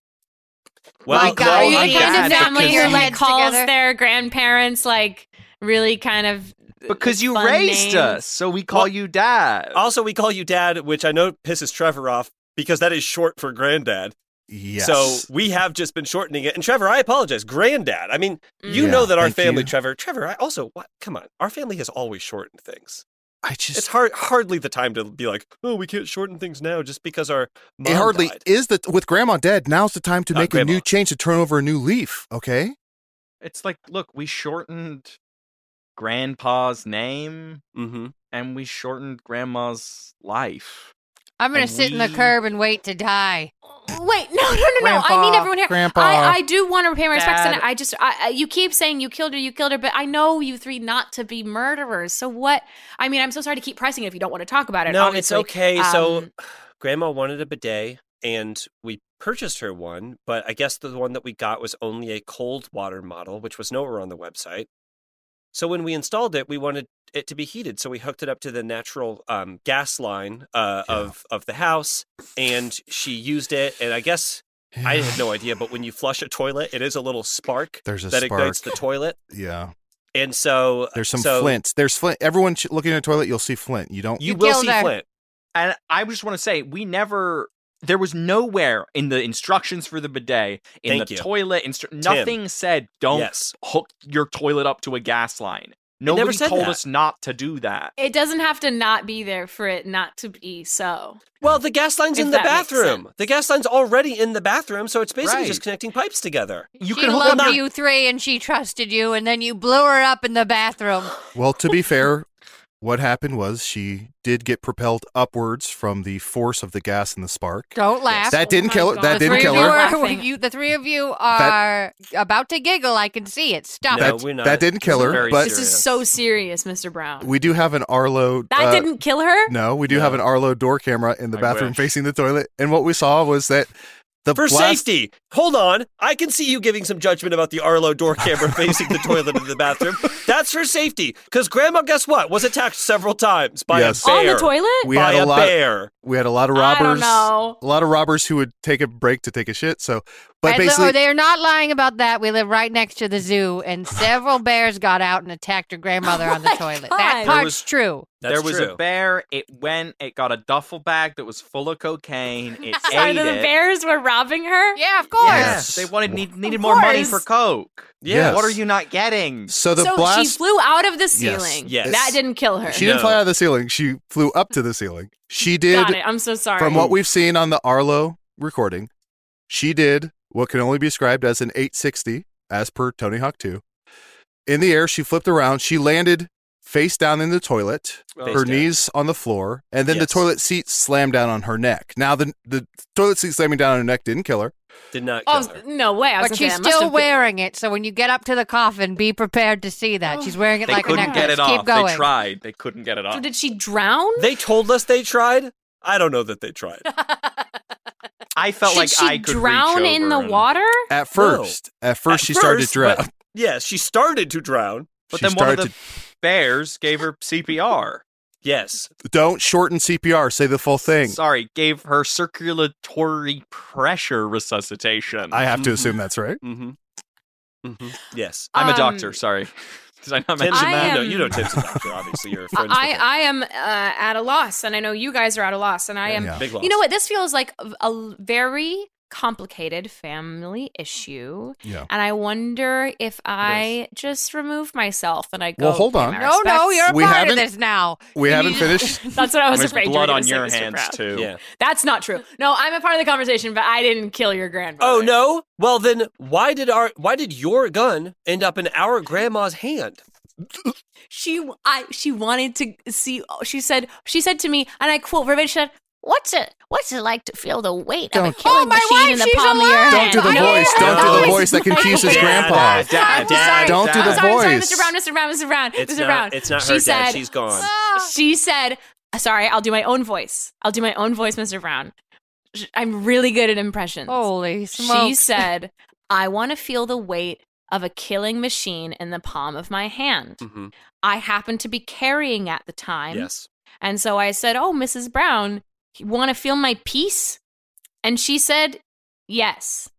Oh, well, my God, well, Are you I'm the kind glad of family because- who like Heads calls together. their grandparents like really kind of uh, because you fun raised names? us, so we call Well, you dad. Also, we call you Dad, which I know pisses Trevor off because that is short for granddad. Yes. So we have just been shortening it. And Trevor, I apologize, granddad. I mean, you Mm. Yeah, know that our thank family, you. Trevor. Trevor, I also what? Come on, our family has always shortened things. I just It's hard, hardly the time to be like, oh, we can't shorten things now just because our mom it hardly died. is the with grandma dead. Now's the time to Not make a grandma. new change to turn over a new leaf. Okay. it's like, look, we shortened grandpa's name Mm-hmm. and we shortened grandma's life. I'm going And to sit in the we- curb and wait to die. Wait, no, no, no, no! I need Grandpa, everyone here. Grandpa, I, I do want to pay my respects, and Dad. I just, I, I, you keep saying you killed her, you killed her, but I know you three not to be murderers. So what? I mean, I'm so sorry to keep pressing it if you don't want to talk about it. No, obviously. it's okay. so, Um, Grandma wanted a bidet, and we purchased her one. But I guess the one that we got was only a cold water model, which was nowhere on the website. So when we installed it, we wanted it to be heated, so we hooked it up to the natural um, gas line uh, of of the house, and she used it. And I guess I had no idea, but when you flush a toilet, it is a little spark There's a that spark. ignites the toilet, yeah. and so There's some Uh, so flint. There's flint. Everyone sh- looking at a toilet, you'll see flint. You don't. You, You will killed see her. flint. And I just want to say, we never. There was nowhere in the instructions for the bidet, in Thank the you. toilet, instru- nothing said don't Yes. hook your toilet up to a gas line. Nobody said told that. us not to do that. It doesn't have to not be there for it not to be so. Well, the gas line's If in the that makes bathroom. The gas line's already in the bathroom, so it's basically Right. just connecting pipes together. You she can hook loved up- you three and she trusted you, and then you blew her up in the bathroom. Well, to be fair, what happened was she did get propelled upwards from the force of the gas and the spark. Don't laugh. That didn't Oh my kill her. God. That the didn't three kill of you her. We're are laughing. you, the three of you are about to giggle. I can see it. Stop No, that, we're not. that didn't kill This is her. very But This is serious. so serious, Mr. Brown. we do have an Arlo. that uh, didn't kill her? No, we do have an Arlo door camera in the I bathroom wish. facing the toilet, and what we saw was that the For blast- safety, hold on. I can see you giving some judgment about the Arlo door camera facing the toilet in the bathroom. That's for safety, because Grandma, guess what, was attacked several times by Yes. a bear. On the toilet? We by had a a lot. bear. We had a lot of I don't robbers. know. A lot of robbers who would take a break to take a shit. So, but And basically, oh, they are not lying about that. We live right next to the zoo, and several bears got out and attacked her grandmother on the Oh my toilet. God. That There part's was- true. there was a bear. It went. It got a duffel bag that was full of cocaine. It Sorry, ate the it. bears were robbing her? Yeah, of course. Yes, they wanted need, needed more money for course. coke. Yes. what are you not getting? so the so blast. she flew out of the ceiling. Yes. That didn't kill her. She didn't No. fly out of the ceiling. She flew up to the ceiling. She Got did, it. I'm so sorry. from what we've seen on the Arlo recording, she did what can only be described as an 860, as per Tony Hawk 2. In the air, she flipped around. She landed face down in the toilet, her Oh. Face down. knees on the floor, and then Yes. the toilet seat slammed down on her neck. Now, the, the toilet seat slamming down on her neck didn't kill her. Did not kill Oh, her. no way. I was gonna But she's say, that must still have been- wearing it, so when you get up to the coffin, be prepared to see that. She's wearing it They like a couldn't necklace. get it Keep off. going. They tried. They couldn't get it off. So did she drown? They told us they tried. I don't know that they tried. I felt Should like she I could drown reach in over the and- water? At first, at first, At she started to first, drown. but- Yes, she started to drown. But She then one of started the bears gave her CPR. Yes. Don't shorten CPR. Say the full thing. Sorry, gave her circulatory pressure resuscitation. I I, have to assume that's right. Mm-hmm. Mm-hmm. Yes. am Um, a doctor. Sorry, did I not Tim's mention a I man. No, am- you know Tim's a doctor. Obviously, you're friends with I, him. I am uh, at a loss, and I know you guys are at a loss, and I am. Yeah. Big loss. You know what? This feels like a, a very complicated family issue, Yeah. and I wonder if I just remove myself and I go. Well, hold pay on. my No, no, respects. you're a We part haven't- of this now. We You haven't need- finished. That's what I was There's afraid. you were blood gonna on say, your Mr. hands Brown. too. Yeah. That's not true. No, I'm a part of the conversation, but I didn't kill your grandmother. Oh no! Well then, why did our why did your gun end up in our grandma's hand? she I she wanted to see she said she said to me and I quote verbatim she said what's it what's it like to feel the weight of Don't- a killing Oh, my machine wife, in the she's palm alive! of your Don't hand do the I voice. didn't know Don't do that the was voice that my confuses wife. grandpa. Dad, dad, dad, Don't do I'm the sorry, voice. sorry, Mr. Brown Mr. Brown Mr. Brown It's Mr. not. Brown It's not she her said "Ah." dad. She's gone. she said sorry I'll do my own voice I'll do my own voice Mr. Brown Sh- I'm really good at impressions Holy she smokes. said I want to feel the weight of a killing machine in the palm of my hand Mm-hmm. I happened to be carrying at the time. Yes. And so I said, Oh, Mrs. Brown, you want to feel my peace? And she said, Yes.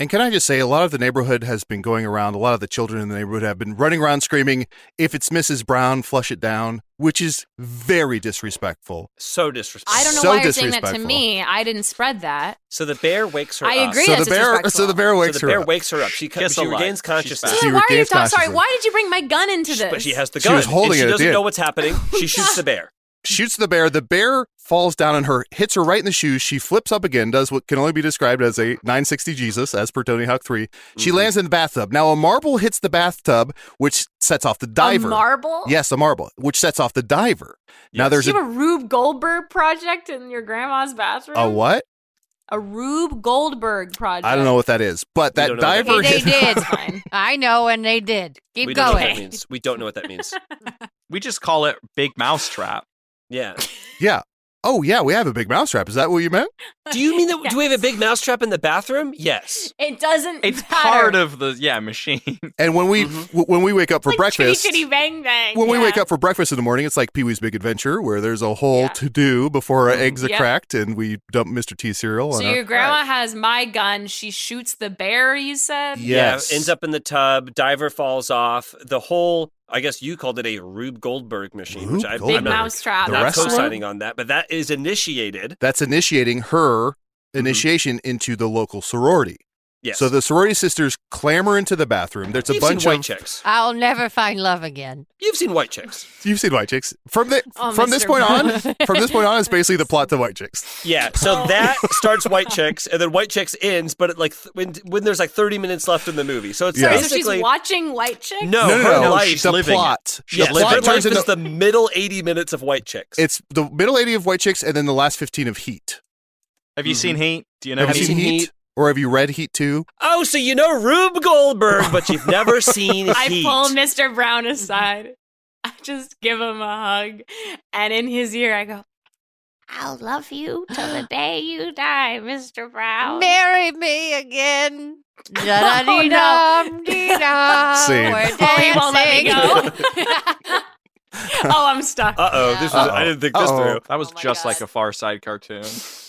And can I just say, a lot of the neighborhood has been going around. A lot of the children in the neighborhood have been running around screaming, "If it's Mrs. Brown, flush it down," which is very disrespectful. So disrespectful. I don't know So why you're saying that to disrespectful. me. I didn't spread that. So the bear wakes her I up. agree. so that's the bear, disrespectful. so the bear So wakes the her bear up. wakes her up. She, co- Kiss she alive. regains She's consciousness. back. She why are you regains talking? Sorry, consciousness. why did you bring my gun into this? But she has the She gun. was holding and she it at the doesn't end. know what's happening. She shoots the bear. Shoots the bear. The bear falls down on her, hits her right in the shoes. She flips up again, does what can only be described as a 960 Jesus, as per Tony Hawk 3. She lands in the bathtub. Now, a marble hits the bathtub, which sets off the diver. A marble? Yes, a marble, which sets off the diver. Now, there's Did you a, have a Rube Goldberg project in your grandma's bathroom? a what? A Rube Goldberg project. I don't know what that is, but that don't know what diver Hey, Ever- they hit- did. It's fine. I know, and they did. Keep we don't know what that going. means. We don't know what that means. We just call it big mousetrap. Yeah. yeah. Oh yeah, we have a big mousetrap. Is that what you meant? Do you mean that? Do we have Yes. a big mousetrap in the bathroom? Yes. It doesn't. It's matter. part of the yeah machine. And when we Mm-hmm. w- when we wake up for It's like breakfast, Chitty chitty bang bang. when we Yeah. wake up for breakfast in the morning, it's like Pee Wee's Big Adventure, where there's a whole Yeah. to do before our eggs are Yep. cracked, and we dump Mr. T cereal. So on our- your grandma has my gun. She shoots the bear. You said. yes, Yeah, ends up in the tub. Diver falls off. The whole, I guess you called it a Rube Goldberg machine, which Rube I, Goldberg. I'm Big not, mouse trap. The not wrestler? co-signing on that, but that is initiated. that's initiating her initiation into the local sorority. Mm-hmm. Yes. So the sorority sisters clamor into the bathroom. There's a You've bunch seen white of chicks. I'll never find love again. You've seen white chicks. you've seen White Chicks from the Oh, from this Mr. point on. Bond. From this point on, it's basically the plot to White Chicks. Yeah. Oh. So that starts white chicks, and then white chicks ends, but it like th- when when there's like 30 minutes left in the movie, so it's Yeah. So she's basically watching White Chicks. no, no, no, her no, life. she's the living it. plot. Yes, The plot her life turns into is the middle 80 minutes of white chicks. it's the middle eighty of White Chicks, and then the last fifteen of Heat. Have you seen Heat? Do you know Mm-hmm. Have I've you Heat? seen seen Heat? Heat. Or have you read Heat 2? oh, so you know Rube Goldberg, but you've never seen I Heat. pull Mr. Brown aside. I just give him a hug, and in his ear I go, "I'll love you till the day you die, Mr. Brown." Marry me again. Da-da-dee-dum-dee-dum. Sing. We're Oh, he won't let me dancing. go. oh, I'm stuck. Uh oh, this was, I didn't think this Uh-oh. through. That was Oh my just God. like a Far Side cartoon.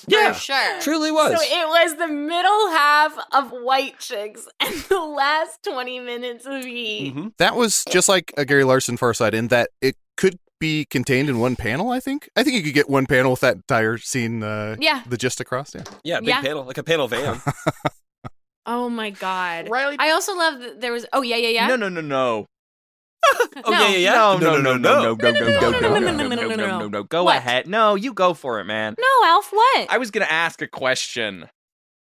Yeah, For sure. truly was. So it was the middle half of White Chicks and the last 20 minutes of E. Mhm. That was just like a Gary Larson Far Side in that it could be contained in one panel, I think. I think you could get one panel with that entire scene, uh, Yeah. the gist across. Yeah. Yeah, big Yeah. panel, like a panel van. Oh my God. Riley- I also love that there was, oh, yeah, yeah, yeah. No, no, no, no. Oh yeah, yeah, yeah. No, no, no, no, no, go, no, go, go, no, no, go, go, no, no, go, no, go, no, go, no. go, go, go What? ahead. No, you go for it, man. No, Alf, what? I was gonna ask a question.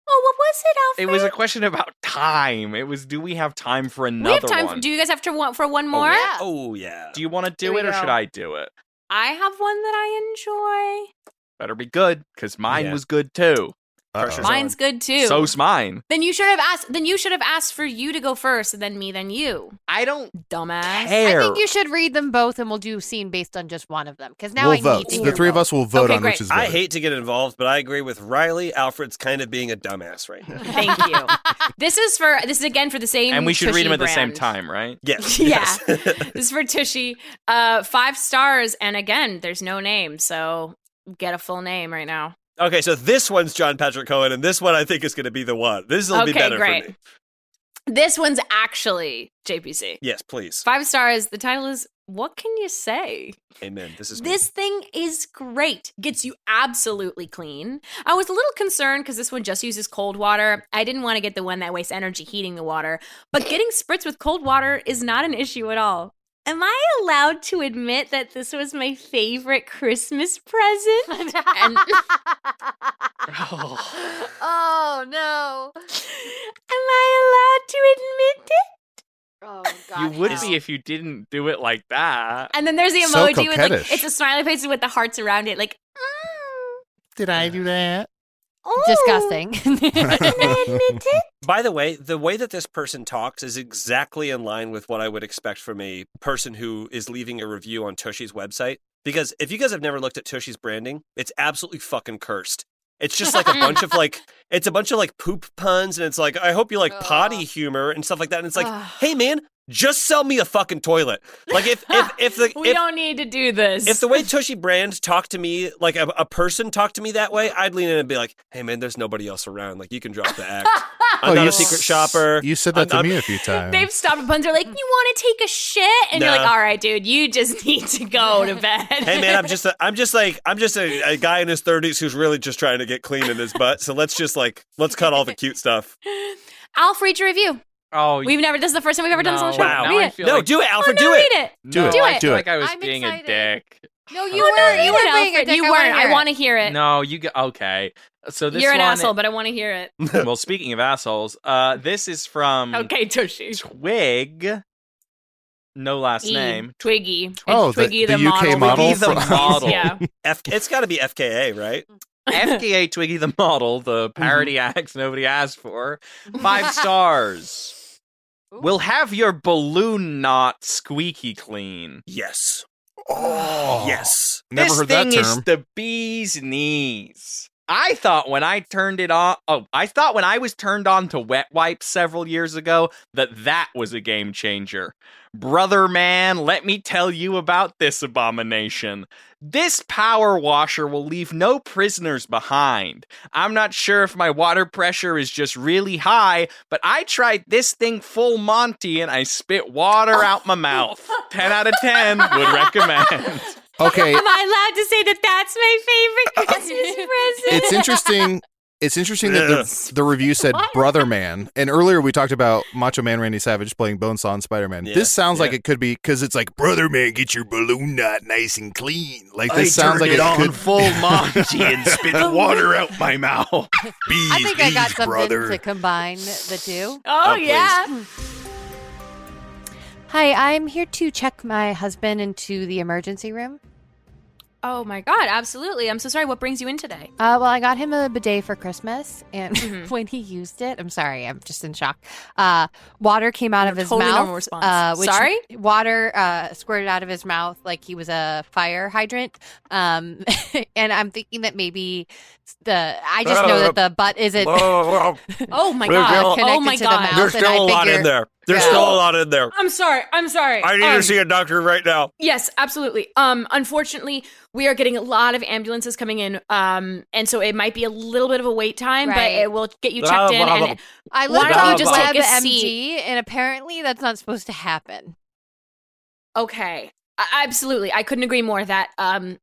oh, what was it, It Alf? was a question about time. It was, do we have time for we another have time. one? For, do you guys have to want for one more? yeah. Oh yeah. do you want to Here do we it or go. should I do it? I have one that I enjoy. Better be good, because mine Yeah. was good too. Uh-oh. Mine- Mine's good too. So's mine. then you should have asked. Then you should have asked for you to go first, and then me, then you. I don't Dumbass. care. I think you should read them both, and we'll do a scene based on just one of them. Because now we'll I vote. need to The hear three of both. us will vote Okay, on which great. is I better. hate to get involved, but I agree with Riley. Alfred's kind of being a dumbass right now. Thank you. this is for this is again for the same. and we should Tushy read them at the same brand. time, right? Yes. Yeah. yes. this is for Tushy. Uh, five stars, and again, there's no name, so get a full name right now. okay, so this one's John Patrick Cohen, and this one I think is going to be the one. This will be Okay, better great. for me. This one's actually JPC. Yes, please. Five stars. The title is "What Can You Say." Amen. This is me. This thing is great. Gets you absolutely clean. I was a little concerned because this one just uses cold water. I didn't want to get the one that wastes energy heating the water, but getting spritz with cold water is not an issue at all. Am I allowed to admit that this was my favorite Christmas present? And- oh no! Am I allowed to admit it? Oh You god! would no. be if you didn't do it like that. And then there's the So emoji with like coquettish. it's a smiley face with the hearts around it, like mm, Did I do that? oh, Can disgusting. I admit it? By the way, the way that this person talks is exactly in line with what I would expect from a person who is leaving a review on Tushy's website. Because if you guys have never looked at Tushy's branding, it's absolutely fucking cursed. It's just like a bunch of like, it's a bunch of like poop puns, and it's like, I hope you like potty humor and stuff like that. And it's like, Ugh. hey man, just sell me a fucking toilet. Like if if if the we if, don't need to do this. if the way Tushy Brand talked to me, like a, a person talked to me that way, I'd lean in and be like, "Hey, man, there's nobody else around. Like, you can drop the act. I'm Oh, not you a secret s- shopper. You said that to I'm- me I'm- a few times. They've stopped a bunch. They're like, "You want to take a shit?" And you're Oh. Nah. like, "All right, dude, you just need to go to bed." Hey, man, I'm just, a, I'm just like, I'm just a, a guy in his 30s who's really just trying to get clean in his butt. So let's just like, let's cut all the cute stuff. Alf, read your review. Oh, We've never. This is the first time we've ever done this on the show. Wow. Now I Read it. feel No, like, do it, Oh, Alfred. no, do it. read it. no, Do I it. feel like I was I'm being excited. a dick. no, you Oh, You were. were. You were being a Alfred. dick. You I wanna weren't. hear I it. want to hear it. No, you g okay. So this You're an one- asshole, but I want to hear it. well, speaking of assholes, uh, this is from Okay, Tushy. Twig. No last E, name. Twiggy. It's Oh, the- Twiggy, the UK model Twiggy the from- model. Yeah. F- it's got to be FKA, right? Mm-hmm. FKA Twiggy the model, the parody acts nobody asked for. Five stars. We'll have your balloon knot squeaky clean. Yes. Oh, Yes. Never this heard thing that term. is the bee's knees. I thought when I turned it on, oh, I thought when I was turned on to wet wipes several years ago that that was a game changer. Brother man, let me tell you about this abomination. This power washer will leave no prisoners behind. I'm not sure if my water pressure is just really high, but I tried this thing full Monty and I spit water out my mouth. 10 out of 10 would recommend. okay, Am I allowed to say that that's my favorite Christmas present? it's interesting. It's interesting that the, the review said What? Brother Man, and earlier we talked about Macho Man Randy Savage playing Bonesaw and Spider Man. Yeah, this sounds like yeah. it could be because it's like Brother Man, get your balloon knot nice and clean. Like I this sounds turned like it, it, on could full Monty and spit water out my mouth. be. I think I got something to combine the two. oh, Oh, please. yeah. Hi, I'm here to check my husband into the emergency room. Oh, my God. Absolutely. I'm so sorry. What brings you in today? Uh, well, I got him a bidet for Christmas, and Mm-hmm. when he used it, I'm sorry, I'm just in shock. Uh, water came out of his Totally mouth. normal response. Uh, which Sorry? water uh, squirted out of his mouth like he was a fire hydrant. Um, and I'm thinking that maybe the I just know that the butt isn't. Oh, my We're God. still- Oh, my connected to the God. mouth. There's Allison, I still a lot figure- in there. There's Yeah. still a lot in there. I'm sorry. I'm sorry. I need Um, to see a doctor right now. Yes, absolutely. Um, unfortunately, we are getting a lot of ambulances coming in, um, and so it might be a little bit of a wait time, but Right. it will get you checked in. And I Why looked don't you up just take a WebMD, seat? and apparently that's not supposed to happen. okay, I- absolutely, I couldn't agree more. That um,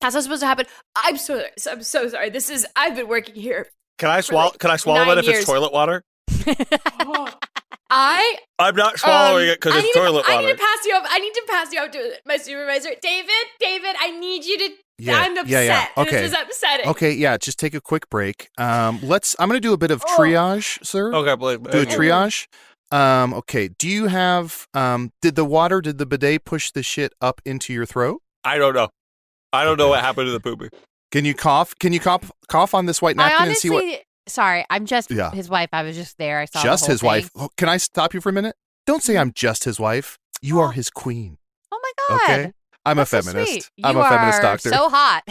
that's not supposed to happen. I'm so I'm so sorry. This is I've been working here. Can I swallow? like Can I swallow nine it if years. it's toilet water? I I'm not swallowing um, it because I it's need to- toilet I need water. to pass you up. I need to pass you up to my supervisor, David. David, I need you to. Yeah, I'm upset. yeah, yeah. Okay. This is upsetting. Okay, yeah, just take a quick break. Um, let's. I'm going to do a bit Oh. of triage, sir. Okay, believe me. Do a triage. Um, okay. Do you have? Um, did the water? Did the bidet push the shit up into your throat? I don't know. I don't know what happened to the poopy. Can you cough? Can you cough? Cough on this white I napkin and see honestly, what? sorry, I'm just Yeah. his wife. I was just there. I saw the Just whole his wife. thing. Mm-hmm. Oh, can I stop you for a minute? Don't say I'm just his wife. You are his queen. Oh my god. Okay. I'm That's so a feminist. sweet. I'm You a feminist are doctor. So hot.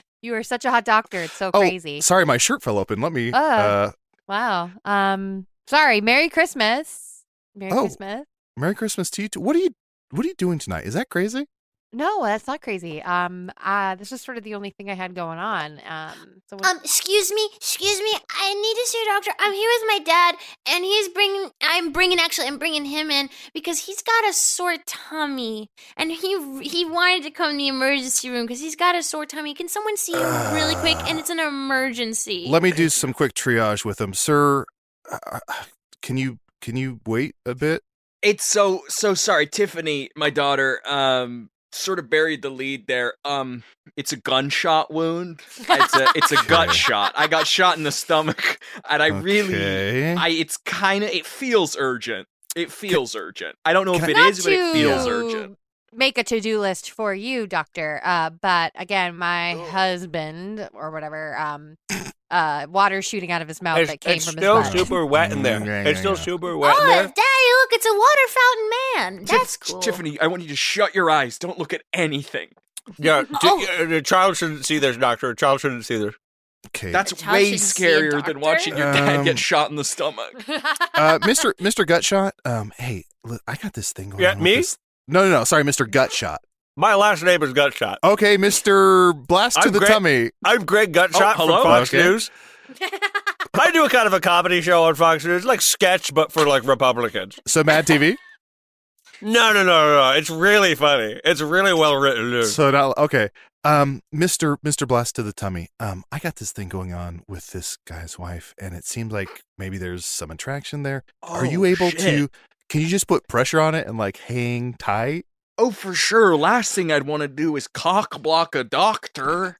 you are such a hot doctor. It's so oh, crazy. sorry, my shirt fell open. Let me. Oh. Uh, wow. Um. Sorry. Merry Christmas. Merry Oh. Christmas. Merry Christmas to you. Too. What are you? What are you doing tonight? Is that crazy? No, that's not crazy. Um. Uh. This is sort of the only thing I had going on. Um. So. what- Um, excuse me, excuse me. I need to see a doctor. I'm here with my dad, and he's bringing. I'm bringing actually. I'm bringing him in because he's got a sore tummy, and he he wanted to come to the emergency room because he's got a sore tummy. Can someone see him really quick? And it's an emergency. Let me do some quick triage with him, sir. Uh, can you? Can you wait a bit? It's so so sorry, Tiffany, my daughter. Um, sort of buried the lead there. Um, it's a gunshot wound. It's a it's a gut Okay. shot. I got shot in the stomach, and I really, Okay. I it's kind of it feels urgent. It feels urgent. I don't know Can if it not is, but it feels to urgent. Make a to-do list for you, doctor. Uh, but again, my Oh. husband or whatever, um, uh, water shooting out of his mouth that came from his butt. wet in there. Mm, Yeah, It's yeah, still yeah. super oh, daddy, look, it's a water fountain man. Tiff- That's cool. Tiffany, I want you to shut your eyes. Don't look at anything. Yeah, Oh. d- uh, the child shouldn't see this, doctor. The child shouldn't see this. Okay. That's child way shouldn't see a scarier doctor? than watching your dad Um, get shot in the stomach. uh, Mr. Mr. Gutshot. Um, hey, look, I got this thing going Yeah, on. with me? this- No, no, no. Sorry, Mr. Gutshot. My last name is Gutshot. Okay, Mister Blast to I'm the great. tummy. I'm Greg Gutshot Oh, from hello. Fox Okay. News. I do a kind of a comedy show on Fox News, like sketch, but for like Republicans. So Mad TV. No, no, no, no, no. It's really funny. It's really well written. dude. so now, okay. Um, Mister Mister Blast to the tummy. Um, I got this thing going on with this guy's wife, and it seems like maybe there's some attraction there. Are Oh, you able to? Can you just put pressure on it and like hang tight? Oh, for sure. Last thing I'd want to do is cock block a doctor.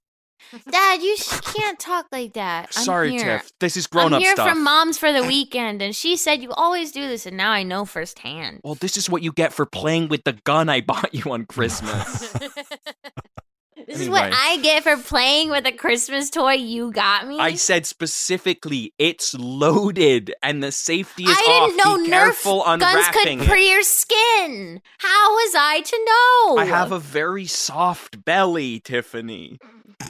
Dad, you sh- can't talk like that. I'm Sorry, here. Tiff. This is grown I'm up here stuff. from Moms for the Weekend, and she said you always do this, and now I know firsthand. well, this is what you get for playing with the gun I bought you on Christmas. This This is what Anyway. I get for playing with a Christmas toy you got me. I said specifically, it's loaded and the safety is I didn't off. know Be careful Nerf guns unwrapping could it. pre your skin. How was I to know? I have a very soft belly, Tiffany.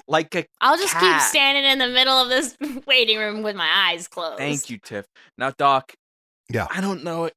Like a I'll just keep cat. standing in the middle of this waiting room with my eyes closed. Thank you, Tiff. Now, Doc. Yeah. I don't know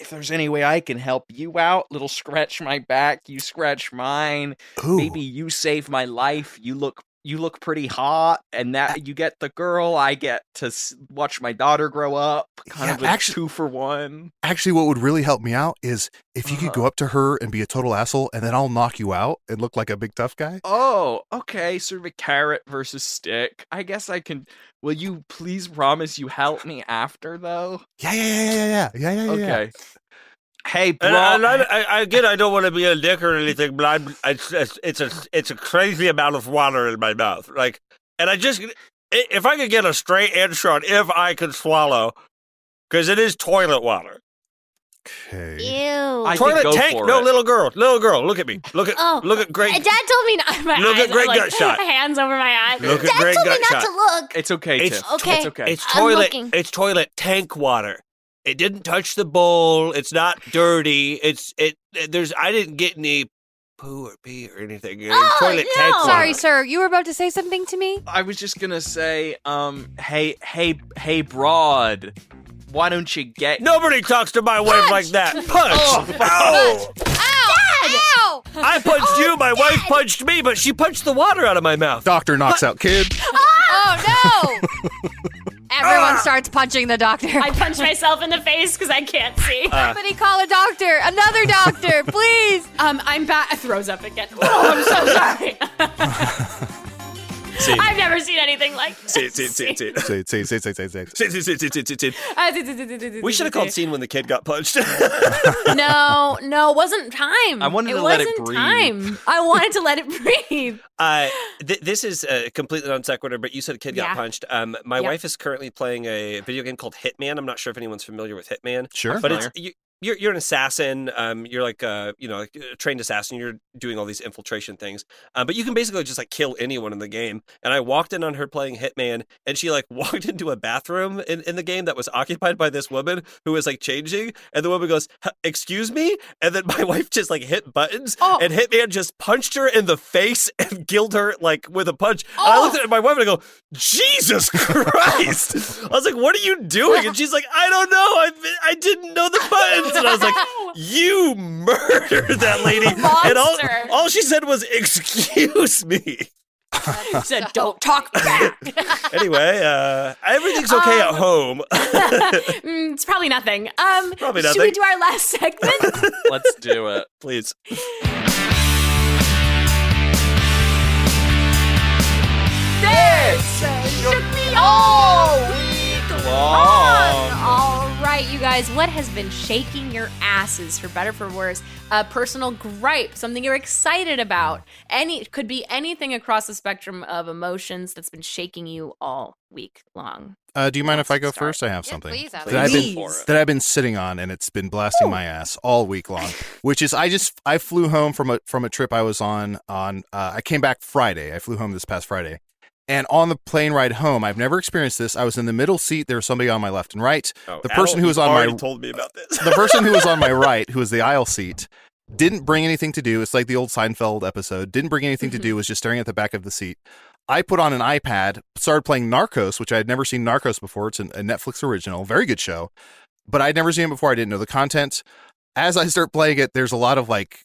if there's any way I can help you out. Little scratch my back, you scratch mine. Ooh. Maybe you save my life. You look you look pretty hot, and that you get the girl. I get to s- watch my daughter grow up. Kind Yeah, of a actu- two for one. Actually, what would really help me out is if you could Uh-huh. go up to her and be a total asshole, and then I'll knock you out and look like a big tough guy. Oh, okay. Sort of a carrot versus stick. I guess I can. Will you please promise you help me after though? Yeah, yeah, yeah, yeah, yeah, yeah, yeah, yeah. yeah. Okay. Hey, bro. And, and I, I, I- again, I don't want to be a dick or anything, but I'm, it's, it's, it's a it's a crazy amount of water in my mouth. Like, and I just i- if I could get a straight answer on if I could swallow, because it is toilet water, Okay. Ew. I think toilet go tank. for No, it. little girl, little girl, look at me, look at Oh, look at Uh, great, Dad told me not. My Look at eyes, I'm great like, gut shot. Hands over my eyes. look Dad at great told gut me not shot. to look. It's okay, It's Tiff. okay. It's okay. It's I'm toilet. looking. It's toilet tank water. It didn't touch the bowl. It's not dirty. It's it. There's. I didn't get any poo or pee or anything. It's Oh, toilet no. tank water. Sorry, sir. You were about to say something to me? I was just gonna say, um, hey, hey, hey, broad, why don't you get? Nobody talks to my wife like that. Punch! Oh, Ow! Ow! Dad! Ow! I punched you. Oh, My wife punched me, but she punched the water out of my mouth. Doctor knocks out kid. Oh no! Everyone starts punching the doctor. Ah. I punch myself in the face because I can't see. Uh. Somebody call a doctor. Another doctor, please. Um, I'm back. Throws up again. Oh, I'm so sorry. See, I've never seen anything like this. Uh, see, see, see, see, say, it, say, it, say, it, say, it, say, it, say. it. see, see, see, see, see, see, see. We we should have called scene when the kid got punched. No, no, it wasn't time. I wanted it to let wasn't it breathe. time. I wanted to let it breathe. uh, th- this is uh, completely non sequitur, but you said a kid got Yeah. punched. Um, my Yep. wife is currently playing a video game called Hitman. I'm not sure if anyone's familiar with Hitman. Sure. but it's you, you're you're an assassin. Um, you're like uh, you know, like a trained assassin. You're doing all these infiltration things. Um, but you can basically just like kill anyone in the game. And I walked in on her playing Hitman, and she like walked into a bathroom in, in the game that was occupied by this woman who was like changing. And the woman goes, "Huh, "Excuse me," and then my wife just like hit buttons, Oh. and Hitman just punched her in the face and killed her like with a punch. And I Oh. looked at my wife and I go, "Jesus Christ!" I was like, "What are you doing?" And she's like, "I don't know. I I didn't know the buttons." And I was like, "You murdered that lady." And all, Monster. all she said was, "Excuse me." She said, "Don't talk back." Um, anyway, uh, everything's okay at home. Mm, it's probably nothing. Um, Probably Should we nothing. do our last segment? Let's do it. Please. All right, you guys, what has been shaking your asses for better for worse? A personal gripe, something you're excited about. Any could be anything across the spectrum of emotions that's been shaking you all week long. Uh, do you mind if I Let's go start. first? I have something please, that Alex. I've been Please. that I've been sitting on, and it's been blasting my ass all week long. Which is, I just I flew home from a from a trip I was on on. Uh, I came back Friday. I flew home this past Friday, and on the plane ride home, I've never experienced this. I was in the middle seat. There was somebody on my left and right. Oh, the person who was on my told me about this. the person who was on my right, who was the aisle seat, didn't bring anything to do. It's like the old Seinfeld episode. Didn't bring anything to do. Was just staring at the back of the seat. I put on an iPad, started playing Narcos, which I had never seen Narcos before. It's an, a Netflix original, very good show, but I'd never seen it before. I didn't know the content. As I start playing it, there's a lot of like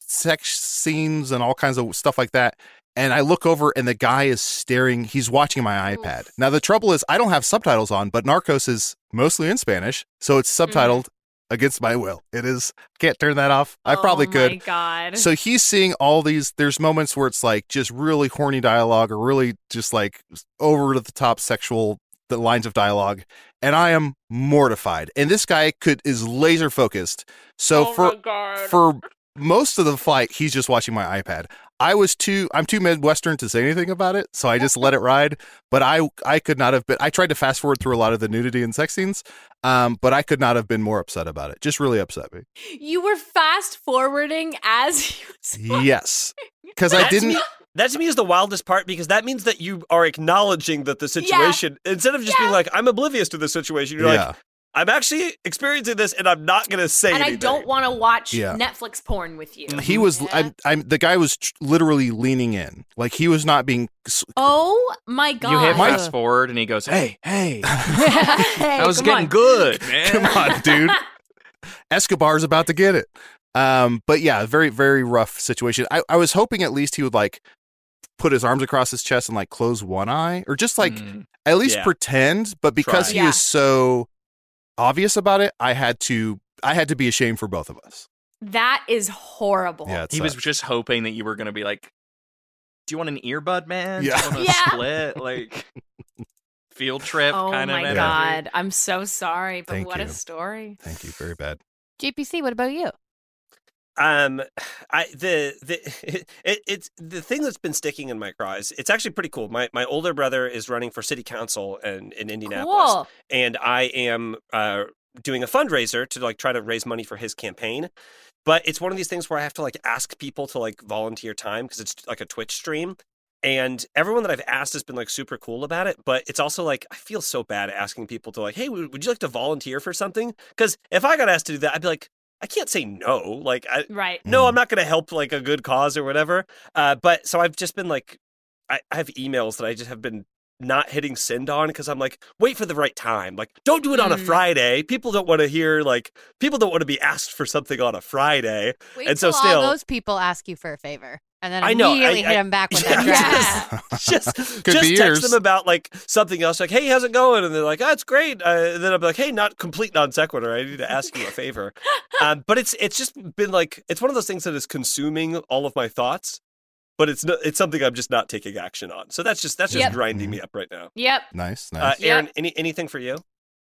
sex scenes and all kinds of stuff like that. And I look over, and the guy is staring. He's watching my iPad. Now the trouble is, I don't have subtitles on, but Narcos is mostly in Spanish, so it's subtitled against my will. It is can't turn that off. I probably oh could. My God. So he's seeing all these. There's moments where it's like just really horny dialogue or really just like over to the top sexual the lines of dialogue, and I am mortified. And this guy could is laser focused. Oh So for for most of the flight, he's just watching my iPad. I was too I'm too Midwestern to say anything about it, so I just let it ride. But I I could not have been. I tried to fast forward through a lot of the nudity and sex scenes, um, but I could not have been more upset about it. Just really upset me. you were fast forwarding as you. Yes, because I didn't. That to me is the wildest part because that means that you are acknowledging that the situation, instead of just being like, I'm oblivious to the situation, you're Yeah. like, I'm actually experiencing this and I'm not going to say and I anything. don't want to watch Yeah. Netflix porn with Mm-hmm. you. He was, I'm, I'm, the guy was tr- literally leaning in. Like he was not being, s- Oh my god! You hit fast forward and he goes, "Hey, hey, Hey, I was come on. getting good, man." come on, dude. Escobar's about to get it. Um, but yeah, very, very rough situation. I, I was hoping at least he would like put his arms across his chest and like close one eye or just like Mm. at least Yeah. pretend. But because Try. he Yeah. was so obvious about it, I had to, I had to be ashamed for both of us. That is horrible. Yeah. it he was sucked. just hoping that you were going to be like, "Do you want an earbud, man? Yeah. Do you want a Yeah. split like field trip Oh kind of my energy? god! I'm so sorry, but Thank what you. a story. Thank you. Very bad. GPC, what about you? um i the the it, it's the thing that's been sticking in my craw is it's actually pretty cool my my older brother is running for city council in, in indianapolis Cool. and i am uh doing a fundraiser to like try to raise money for his campaign but it's one of these things where i have to like ask people to like volunteer time because it's like a twitch stream and everyone that i've asked has been like super cool about it but it's also like i feel so bad asking people to like hey would would you like to volunteer for something because if i got asked to do that i'd be like i can't say no like i Right. no, I'm not going to help like a good cause or whatever. Uh, but so I've just been like, I, I have emails that I just have been not hitting send on because I'm like, wait for the right time. Like, don't do it on a Mm-hmm. Mm. Friday. People don't want to hear like people don't want to be asked for something on a Friday. Wait And so till still- all those people ask you for a favor, and then I know, I- immediately I- hit them back with Yeah. that draft. Just Could just be yours. text them about like something else. Like, hey, how's it going? And they're like, oh, it's great. Uh, and then I'm like, hey, not complete non sequitur. I need to ask you a favor. um, but it's it's just been like it's one of those things that is consuming all of my thoughts. But it's no, it's something I'm just not taking action on. So that's just that's just Yep. grinding me up right now. Yep. Mm-hmm. Nice. Uh, Nice. Yep. Aaron, any anything for you?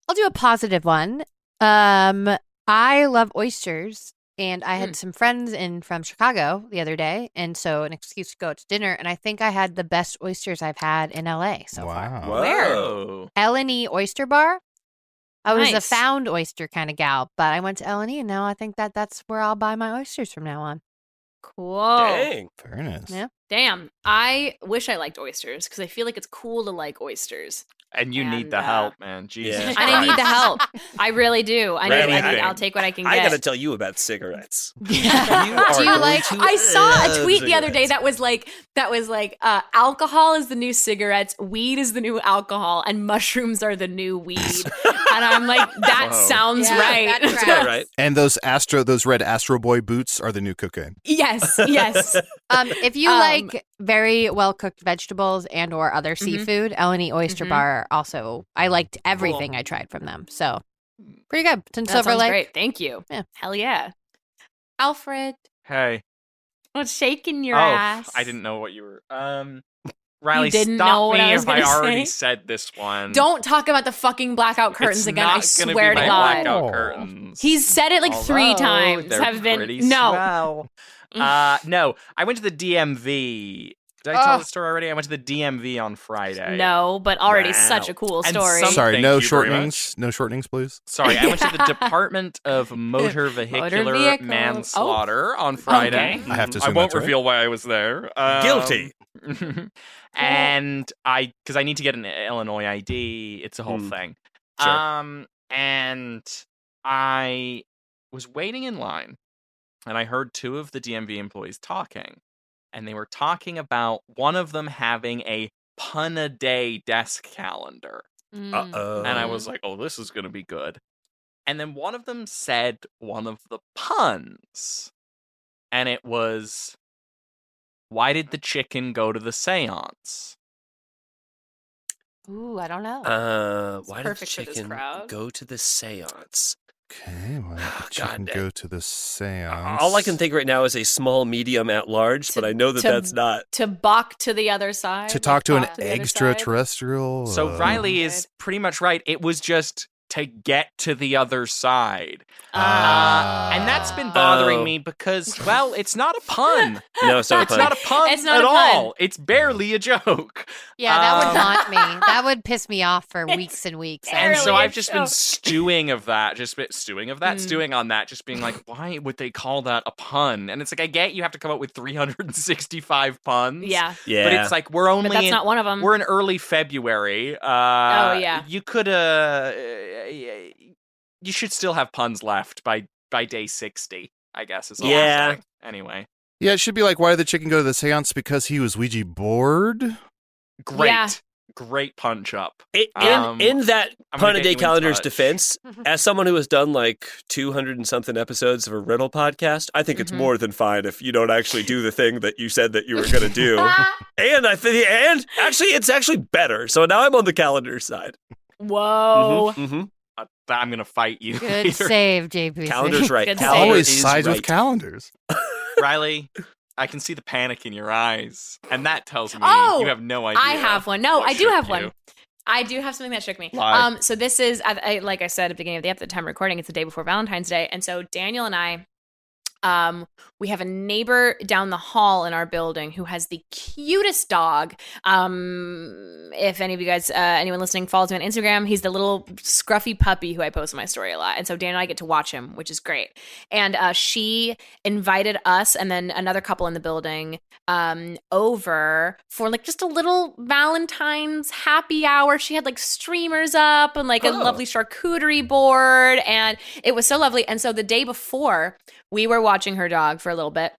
I'll do a positive one. Um, I love oysters, and I had some friends in from Chicago the other day, and so an excuse to go out to dinner. And I think I had the best oysters I've had in LA so far. wow. Whoa. Eleni E Oyster Bar. I was Nice. a found oyster kind of gal, but I went to Eleni, and now I think that that's where I'll buy my oysters from now on. Cool. Dang. Very nice. Yeah. Damn. I wish I liked oysters because I feel like it's cool to like oysters. And you need And, the uh, help, man. Jesus, Yeah. I need Christ. the help. I really do. I need. I need Anything. I'll take what I can get. I gotta tell you about cigarettes. Do you going like? to I saw a love tweet the other day uh, cigarettes. that was like that was like uh, alcohol is the new cigarettes, weed is the new alcohol, and mushrooms are the new weed. and I'm like, that Whoa. sounds Yeah, right. that All right. And those Astro, those red Astro Boy boots are the new cocaine. yes, yes. Um, if you Um, like very well cooked vegetables and or other seafood, Eleni Oyster Mhm. Bar also. I liked everything I tried from them, so pretty good. Tin That Silver sounds Lake. great. Thank you. Yeah. Hell yeah, Alfred. Hey, What's shaking your oh, ass? I didn't know what you were. Um, Riley, didn't stop know what me I was if I gonna already say? said this one. Don't talk about the fucking blackout curtains it's again. Not I gonna swear be to my God. Blackout Oh. curtains. He's said it like three Although times. they're Have been pretty no. swell. uh, no, I went to the DMV. Did I tell the story already? I went to the DMV on Friday. No, but already Wow. such a cool And story. some- Sorry, Thank no you very shortenings. No shortenings, please. Sorry, I went to the Department of Motor Vehicular vehicle. Oh. Manslaughter on Friday. Mm, Okay. I have to I assume won't that's right. reveal why I was there. Um, Guilty. and I, because I need to get an Illinois ID. It's a whole Mm. thing. Sure. Um, and I was waiting in line, and I heard two of the DMV employees talking, and they were talking about one of them having a pun a day desk calendar. Uh Mm. oh. And I was like, oh, this is going to be good. And then one of them said one of the puns. And it was, why did the chicken go to the seance? Ooh, I don't know. Uh, why did the Oh, perfect for this chicken crowd. go to the seance? Okay, well, Oh, you can God. go to the seance. All I can think right now is a small, medium, at large, but To- I know that to- that's not. to buck to the other side to talk to an buck the other side. Oh. extraterrestrial. So Oh, uh, Riley is pretty much right. It was just to get to the other side. Ah. Uh, and that's been bothering Oh. me because, well, it's not a pun. No, it's not a It's pun. not a pun It's not at a pun. all. It's barely a joke. Yeah, that Um, would haunt me. That would piss me off for weeks and weeks. And Barely so a I've just been joke. stewing of that, just been stewing of that, Mm. stewing on that, just being like, why would they call that a pun? And it's like, I get you have to come up with 365 puns. Yeah, Yeah, But it's like, we're only but that's in- not one of them. We're in early February. Uh, Oh, yeah. You could. Uh, you should still have puns left by by day sixty. I guess is all. I'm Yeah. saying. Anyway, Yeah, it should be like, why did the chicken go to the seance? Because he was Ouija bored? great, Yeah. great punch up. I- in Um, in that I'm gonna pun a get day you in calendar's touch. defense, as someone who has done like two hundred and something episodes of a riddle podcast, I think it's Mhm. more than fine if you don't actually do the thing that you said that you were going to do. and I think, and actually, it's actually better. So now I'm on the calendar side. Whoa. Mhm, mhm. Uh, I'm gonna fight you. Good later. save, JP. Calendar's right. Good Calendar save. Always is sides with right. calendars. Riley. I can see the panic in your eyes, and that tells me Oh, you have no idea. I have one. No, what I do shook have you. one. I do have something that shook me. Lie. Um, so this is, I, I, like I said at the beginning of the episode, time of recording, it's the day before Valentine's Day, and so Daniel and I, um, we have a neighbor down the hall in our building who has the cutest dog. Um, if any of you guys, uh, anyone listening, follows me on Instagram, he's the little scruffy puppy who I post in my story a lot, and so Daniel and I get to watch him, which is great. And uh, she invited us and then another couple in the building um over for like just a little Valentine's happy hour. She had like streamers up and like a Oh. lovely charcuterie board and it was so lovely. And so the day before, we were watching her dog for a little bit.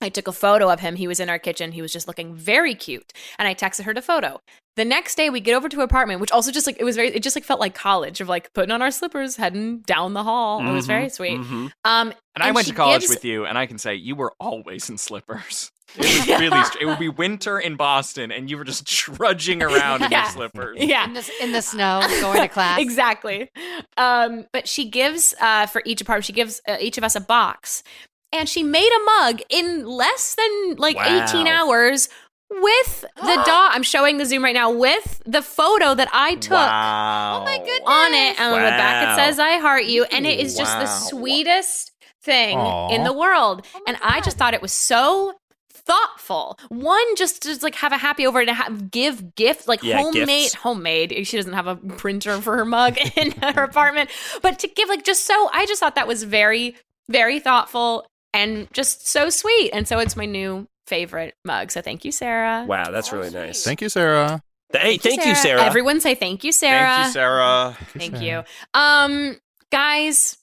I took a photo of him. He was in our kitchen. He was just looking very cute. And I texted her the photo. The next day we get over to her apartment, which also just like it was very it just like felt like college of like putting on our slippers, heading down the hall. It was Mhm, very sweet. mhm. Um Mm-hmm. And, I went she to college gives- with you, and I can say you were always in slippers. It was really str- it would be winter in Boston, and you were just trudging around in your Yeah. slippers. Yeah. In the, in the snow, going to class. exactly. Um, but she gives uh, for each apartment, she gives uh, each of us a box, and she made a mug in less than like Wow. 18 hours with the dog. I'm showing the Zoom right now with the photo that I took. Wow. Oh my goodness. On it, and on the back it Wow. says "I heart you," and it is just the Wow. sweetest thing Aw. in the world. Oh my and I just thought it was so thoughtful. One just to like have a happy over and ha- give gift like Yeah, homemade gifts. homemade. She doesn't have a printer for her mug in her apartment, but to give like just so I just thought that was very very thoughtful and just so sweet. And so it's my new favorite mug. So thank you, Sarah. Wow, that's really nice. Thank you, Sarah. Th- hey, thank you, Sarah. Everyone say thank you, Sarah. Thank you, Sarah. Thank you. Um guys,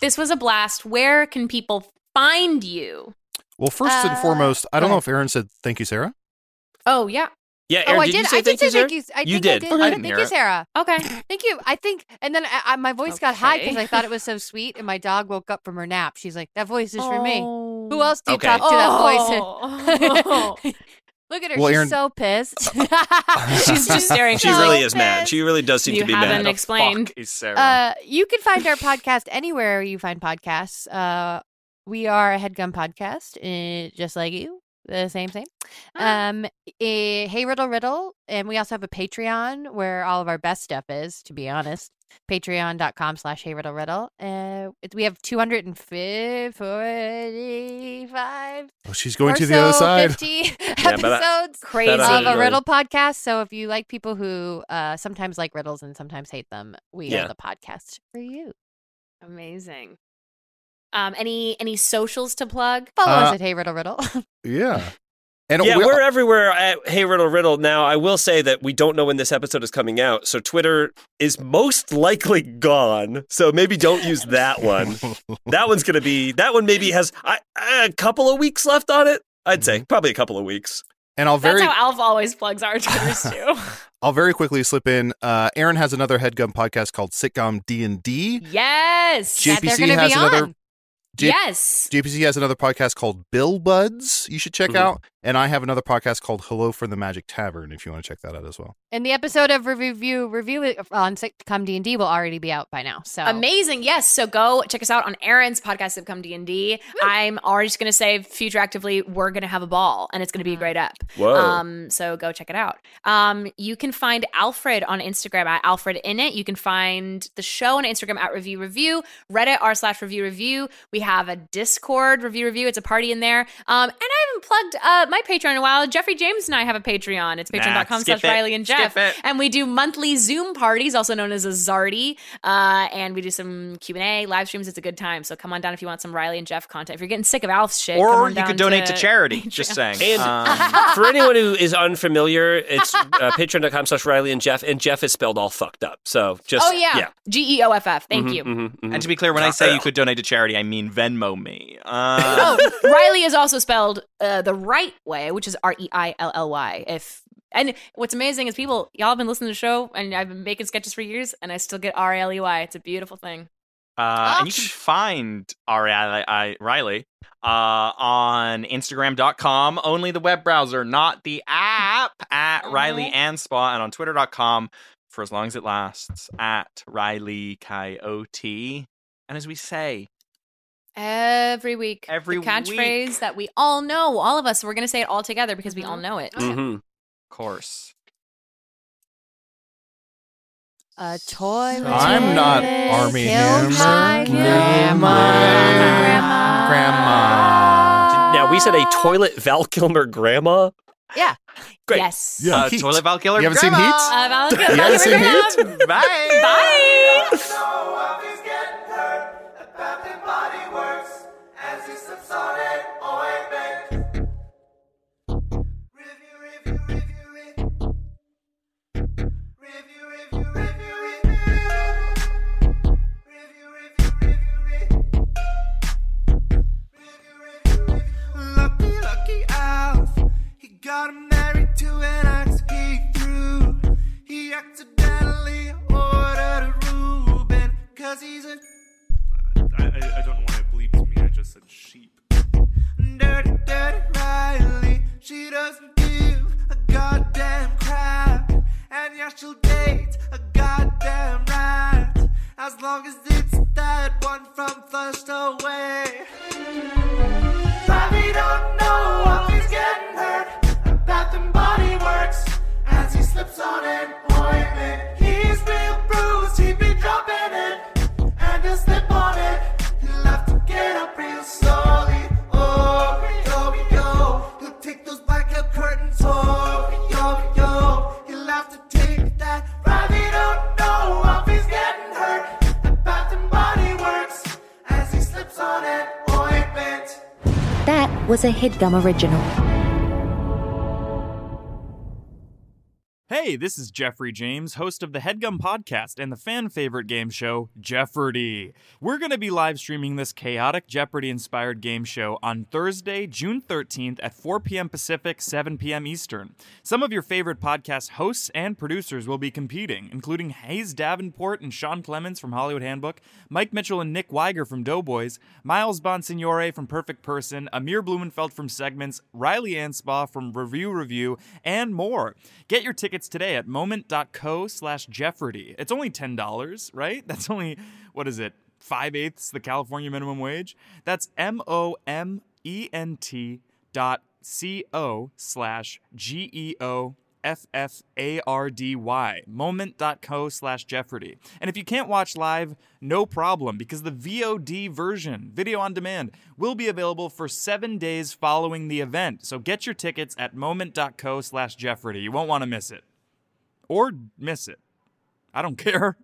this was a blast. Where can people find you? Well, first and Uh, foremost, I don't go know if Aaron said thank you, Sarah. Oh yeah. yeah, Oh, Aaron, I did, did. you say I thank did say you, Sarah? thank you. I You think did. I Okay. did. I I didn't thank hear you, it. Sarah. Okay. Thank you. I think, and then I, I, my voice got high because Okay. I thought it was so sweet, and my dog woke up from her nap. She's like, "That voice is for me." Oh. Who else do you Okay. talk to that Oh. voice? Look at her. Well, She's Aaron- so pissed. She's just staring. She So really is mad. pissed. She really does seem You to be haven't mad. explained. Fuck is Sarah. Uh, you can find our podcast anywhere you find podcasts. Uh, we are a headgum podcast, eh, just like you. The same thing. Ah. Um, eh, hey Riddle Riddle, and we also have a Patreon where all of our best stuff is. To be honest, patreon.com slash Hey Riddle Riddle. Uh, it- we have two hundred and forty-five Oh, she's going or to the other so side. fifty but that- episodes Crazy. That of Absolutely. a riddle podcast. So if you like people who uh, sometimes like riddles and sometimes hate them, we Yeah. are the podcast for you. Amazing. Um, any any socials to plug? Follow Uh, us at Hey Riddle Riddle. Yeah. And yeah, we- we're everywhere at Hey Riddle Riddle. Now, I will say that we don't know when this episode is coming out, so Twitter is most likely gone. So maybe don't use that one. that one's going to be that one. Maybe has I, a couple of weeks left on it. I'd say Mm-hmm. probably a couple of weeks. and I'll That's very how Alf always plugs our Twitters too. I'll very quickly slip in. Uh, Aaron has another headgum podcast called Sitcom D and D. yes. She- That they're JPC going to be has another- on. J- yes. JPC has another podcast called Bill Buds you should check Mm-hmm. out. And I have another podcast called Hello from the Magic Tavern if you want to check that out as well. And the episode of review review on sitcom D and D will already be out by now. So uh, Amazing. Yes. So go check us out on Aaron's podcast, Sitcom D&D. I'm already just going to say future actively, we're going to have a ball and it's going to be a great up. Whoa. Um, so go check it out. Um, you can find Alfred on Instagram at Alfred in it. You can find the show on Instagram at review review, Reddit r slash review review. We have a Discord review review. It's a party in there. Um, and I haven't plugged uh, my Patreon in a while. Jeffrey James and I have a Patreon. It's Nah, patreon.com skip slash it. Riley and Jeff. Skip it. And we do monthly Zoom parties, also known as a Zardy. Uh, and we do some Q&A, live streams. It's a good time. So come on down if you want some Riley and Jeff content. If you're getting sick of Alf's shit, come or on you down could donate to, charity. Patreon. Just saying. And Um, for anyone who is unfamiliar, it's uh, patreon.com slash Riley and Jeff, and Jeff is spelled all fucked up. So just Oh, yeah. G-E-O-F-F. Thank Mhm, Mm-hmm, you. mhm, mhm. and to be clear, when I say you could donate to charity, I mean Venmo me. Uh, Oh, Riley is also spelled uh, the right way, which is R E I L L Y. If and what's amazing is people y'all have been listening to the show, and I've been making sketches for years, and I still get R L E Y. It's a beautiful thing. Uh, and you can find Riley, I, Riley uh, on Instagram.com, only the web browser, not the app, at Riley and Spa, and on Twitter.com for as long as it lasts, at Riley Coyote. And as we say, Every week, Every the catchphrase that we all know, all of us, we're gonna say it all together because we all know it. Mhm. of course. a toy. with I'm not toys Army killed Hammer. my Grandma. grandma. Grandma. Now, we said a toilet Val Kilmer grandma. Yeah. Great. Yes. Yeah, uh, Heat. Toilet Val Killer. You haven't seen Uh, Grandma! Val- You haven't seen Heat? Bye. Bye. know how he's getting hurt. The Bath and Body Works as he slips on an ointment. Review, review, review, review. Review, review, review, review. Review, review, review, review. Lucky, lucky Alf. He got married to an axe he threw. He accidentally ordered a Reuben, cause he's a I, I, I don't know why it bleeped me. I just said sheep. dirty, dirty Riley. She doesn't give a goddamn crap. And yeah, she'll date a goddamn rat. As long as it's that one from Flushed Away. Bobby don't know what he's getting hurt. A Bath and Body Works as he slips on an ointment. He's real bruised, he be dropping it and a slip on it. He'll have to get up real slowly. Oh, yo, yo, he'll take those blackout curtains. Oh, yo, yo, he'll have to take that. Bobby don't know what he's getting hurt. A Bath and Body Works as he slips on an ointment. That was a headgum original. Hey, this is Jeffrey James, host of the Headgum Podcast and the fan favorite game show, Jeopardy. We're going to be live streaming this chaotic Jeopardy inspired game show on Thursday, June 13th at 4 p.m. Pacific, 7 p.m. Eastern. Some of your favorite podcast hosts and producers will be competing, including Hayes Davenport and Sean Clemens from Hollywood Handbook, Mike Mitchell and Nick Weiger from Doughboys, Miles Bonsignore from Perfect Person, Amir Blumenfeld from Segments, Riley Anspaugh from Review Review, and more. Get your tickets today at moment.co slash Jefferty. It's only $10, right? That's only, what is it, 5 eighths the California minimum wage? That's M O M E N T dot C O slash G E O F F A R D Y, moment.co slash Jefferty. And if you can't watch live, no problem, because the VOD version, video on demand, will be available for seven days following the event. So get your tickets at moment.co slash Jefferty. You won't want to miss it. Or miss it. I don't care.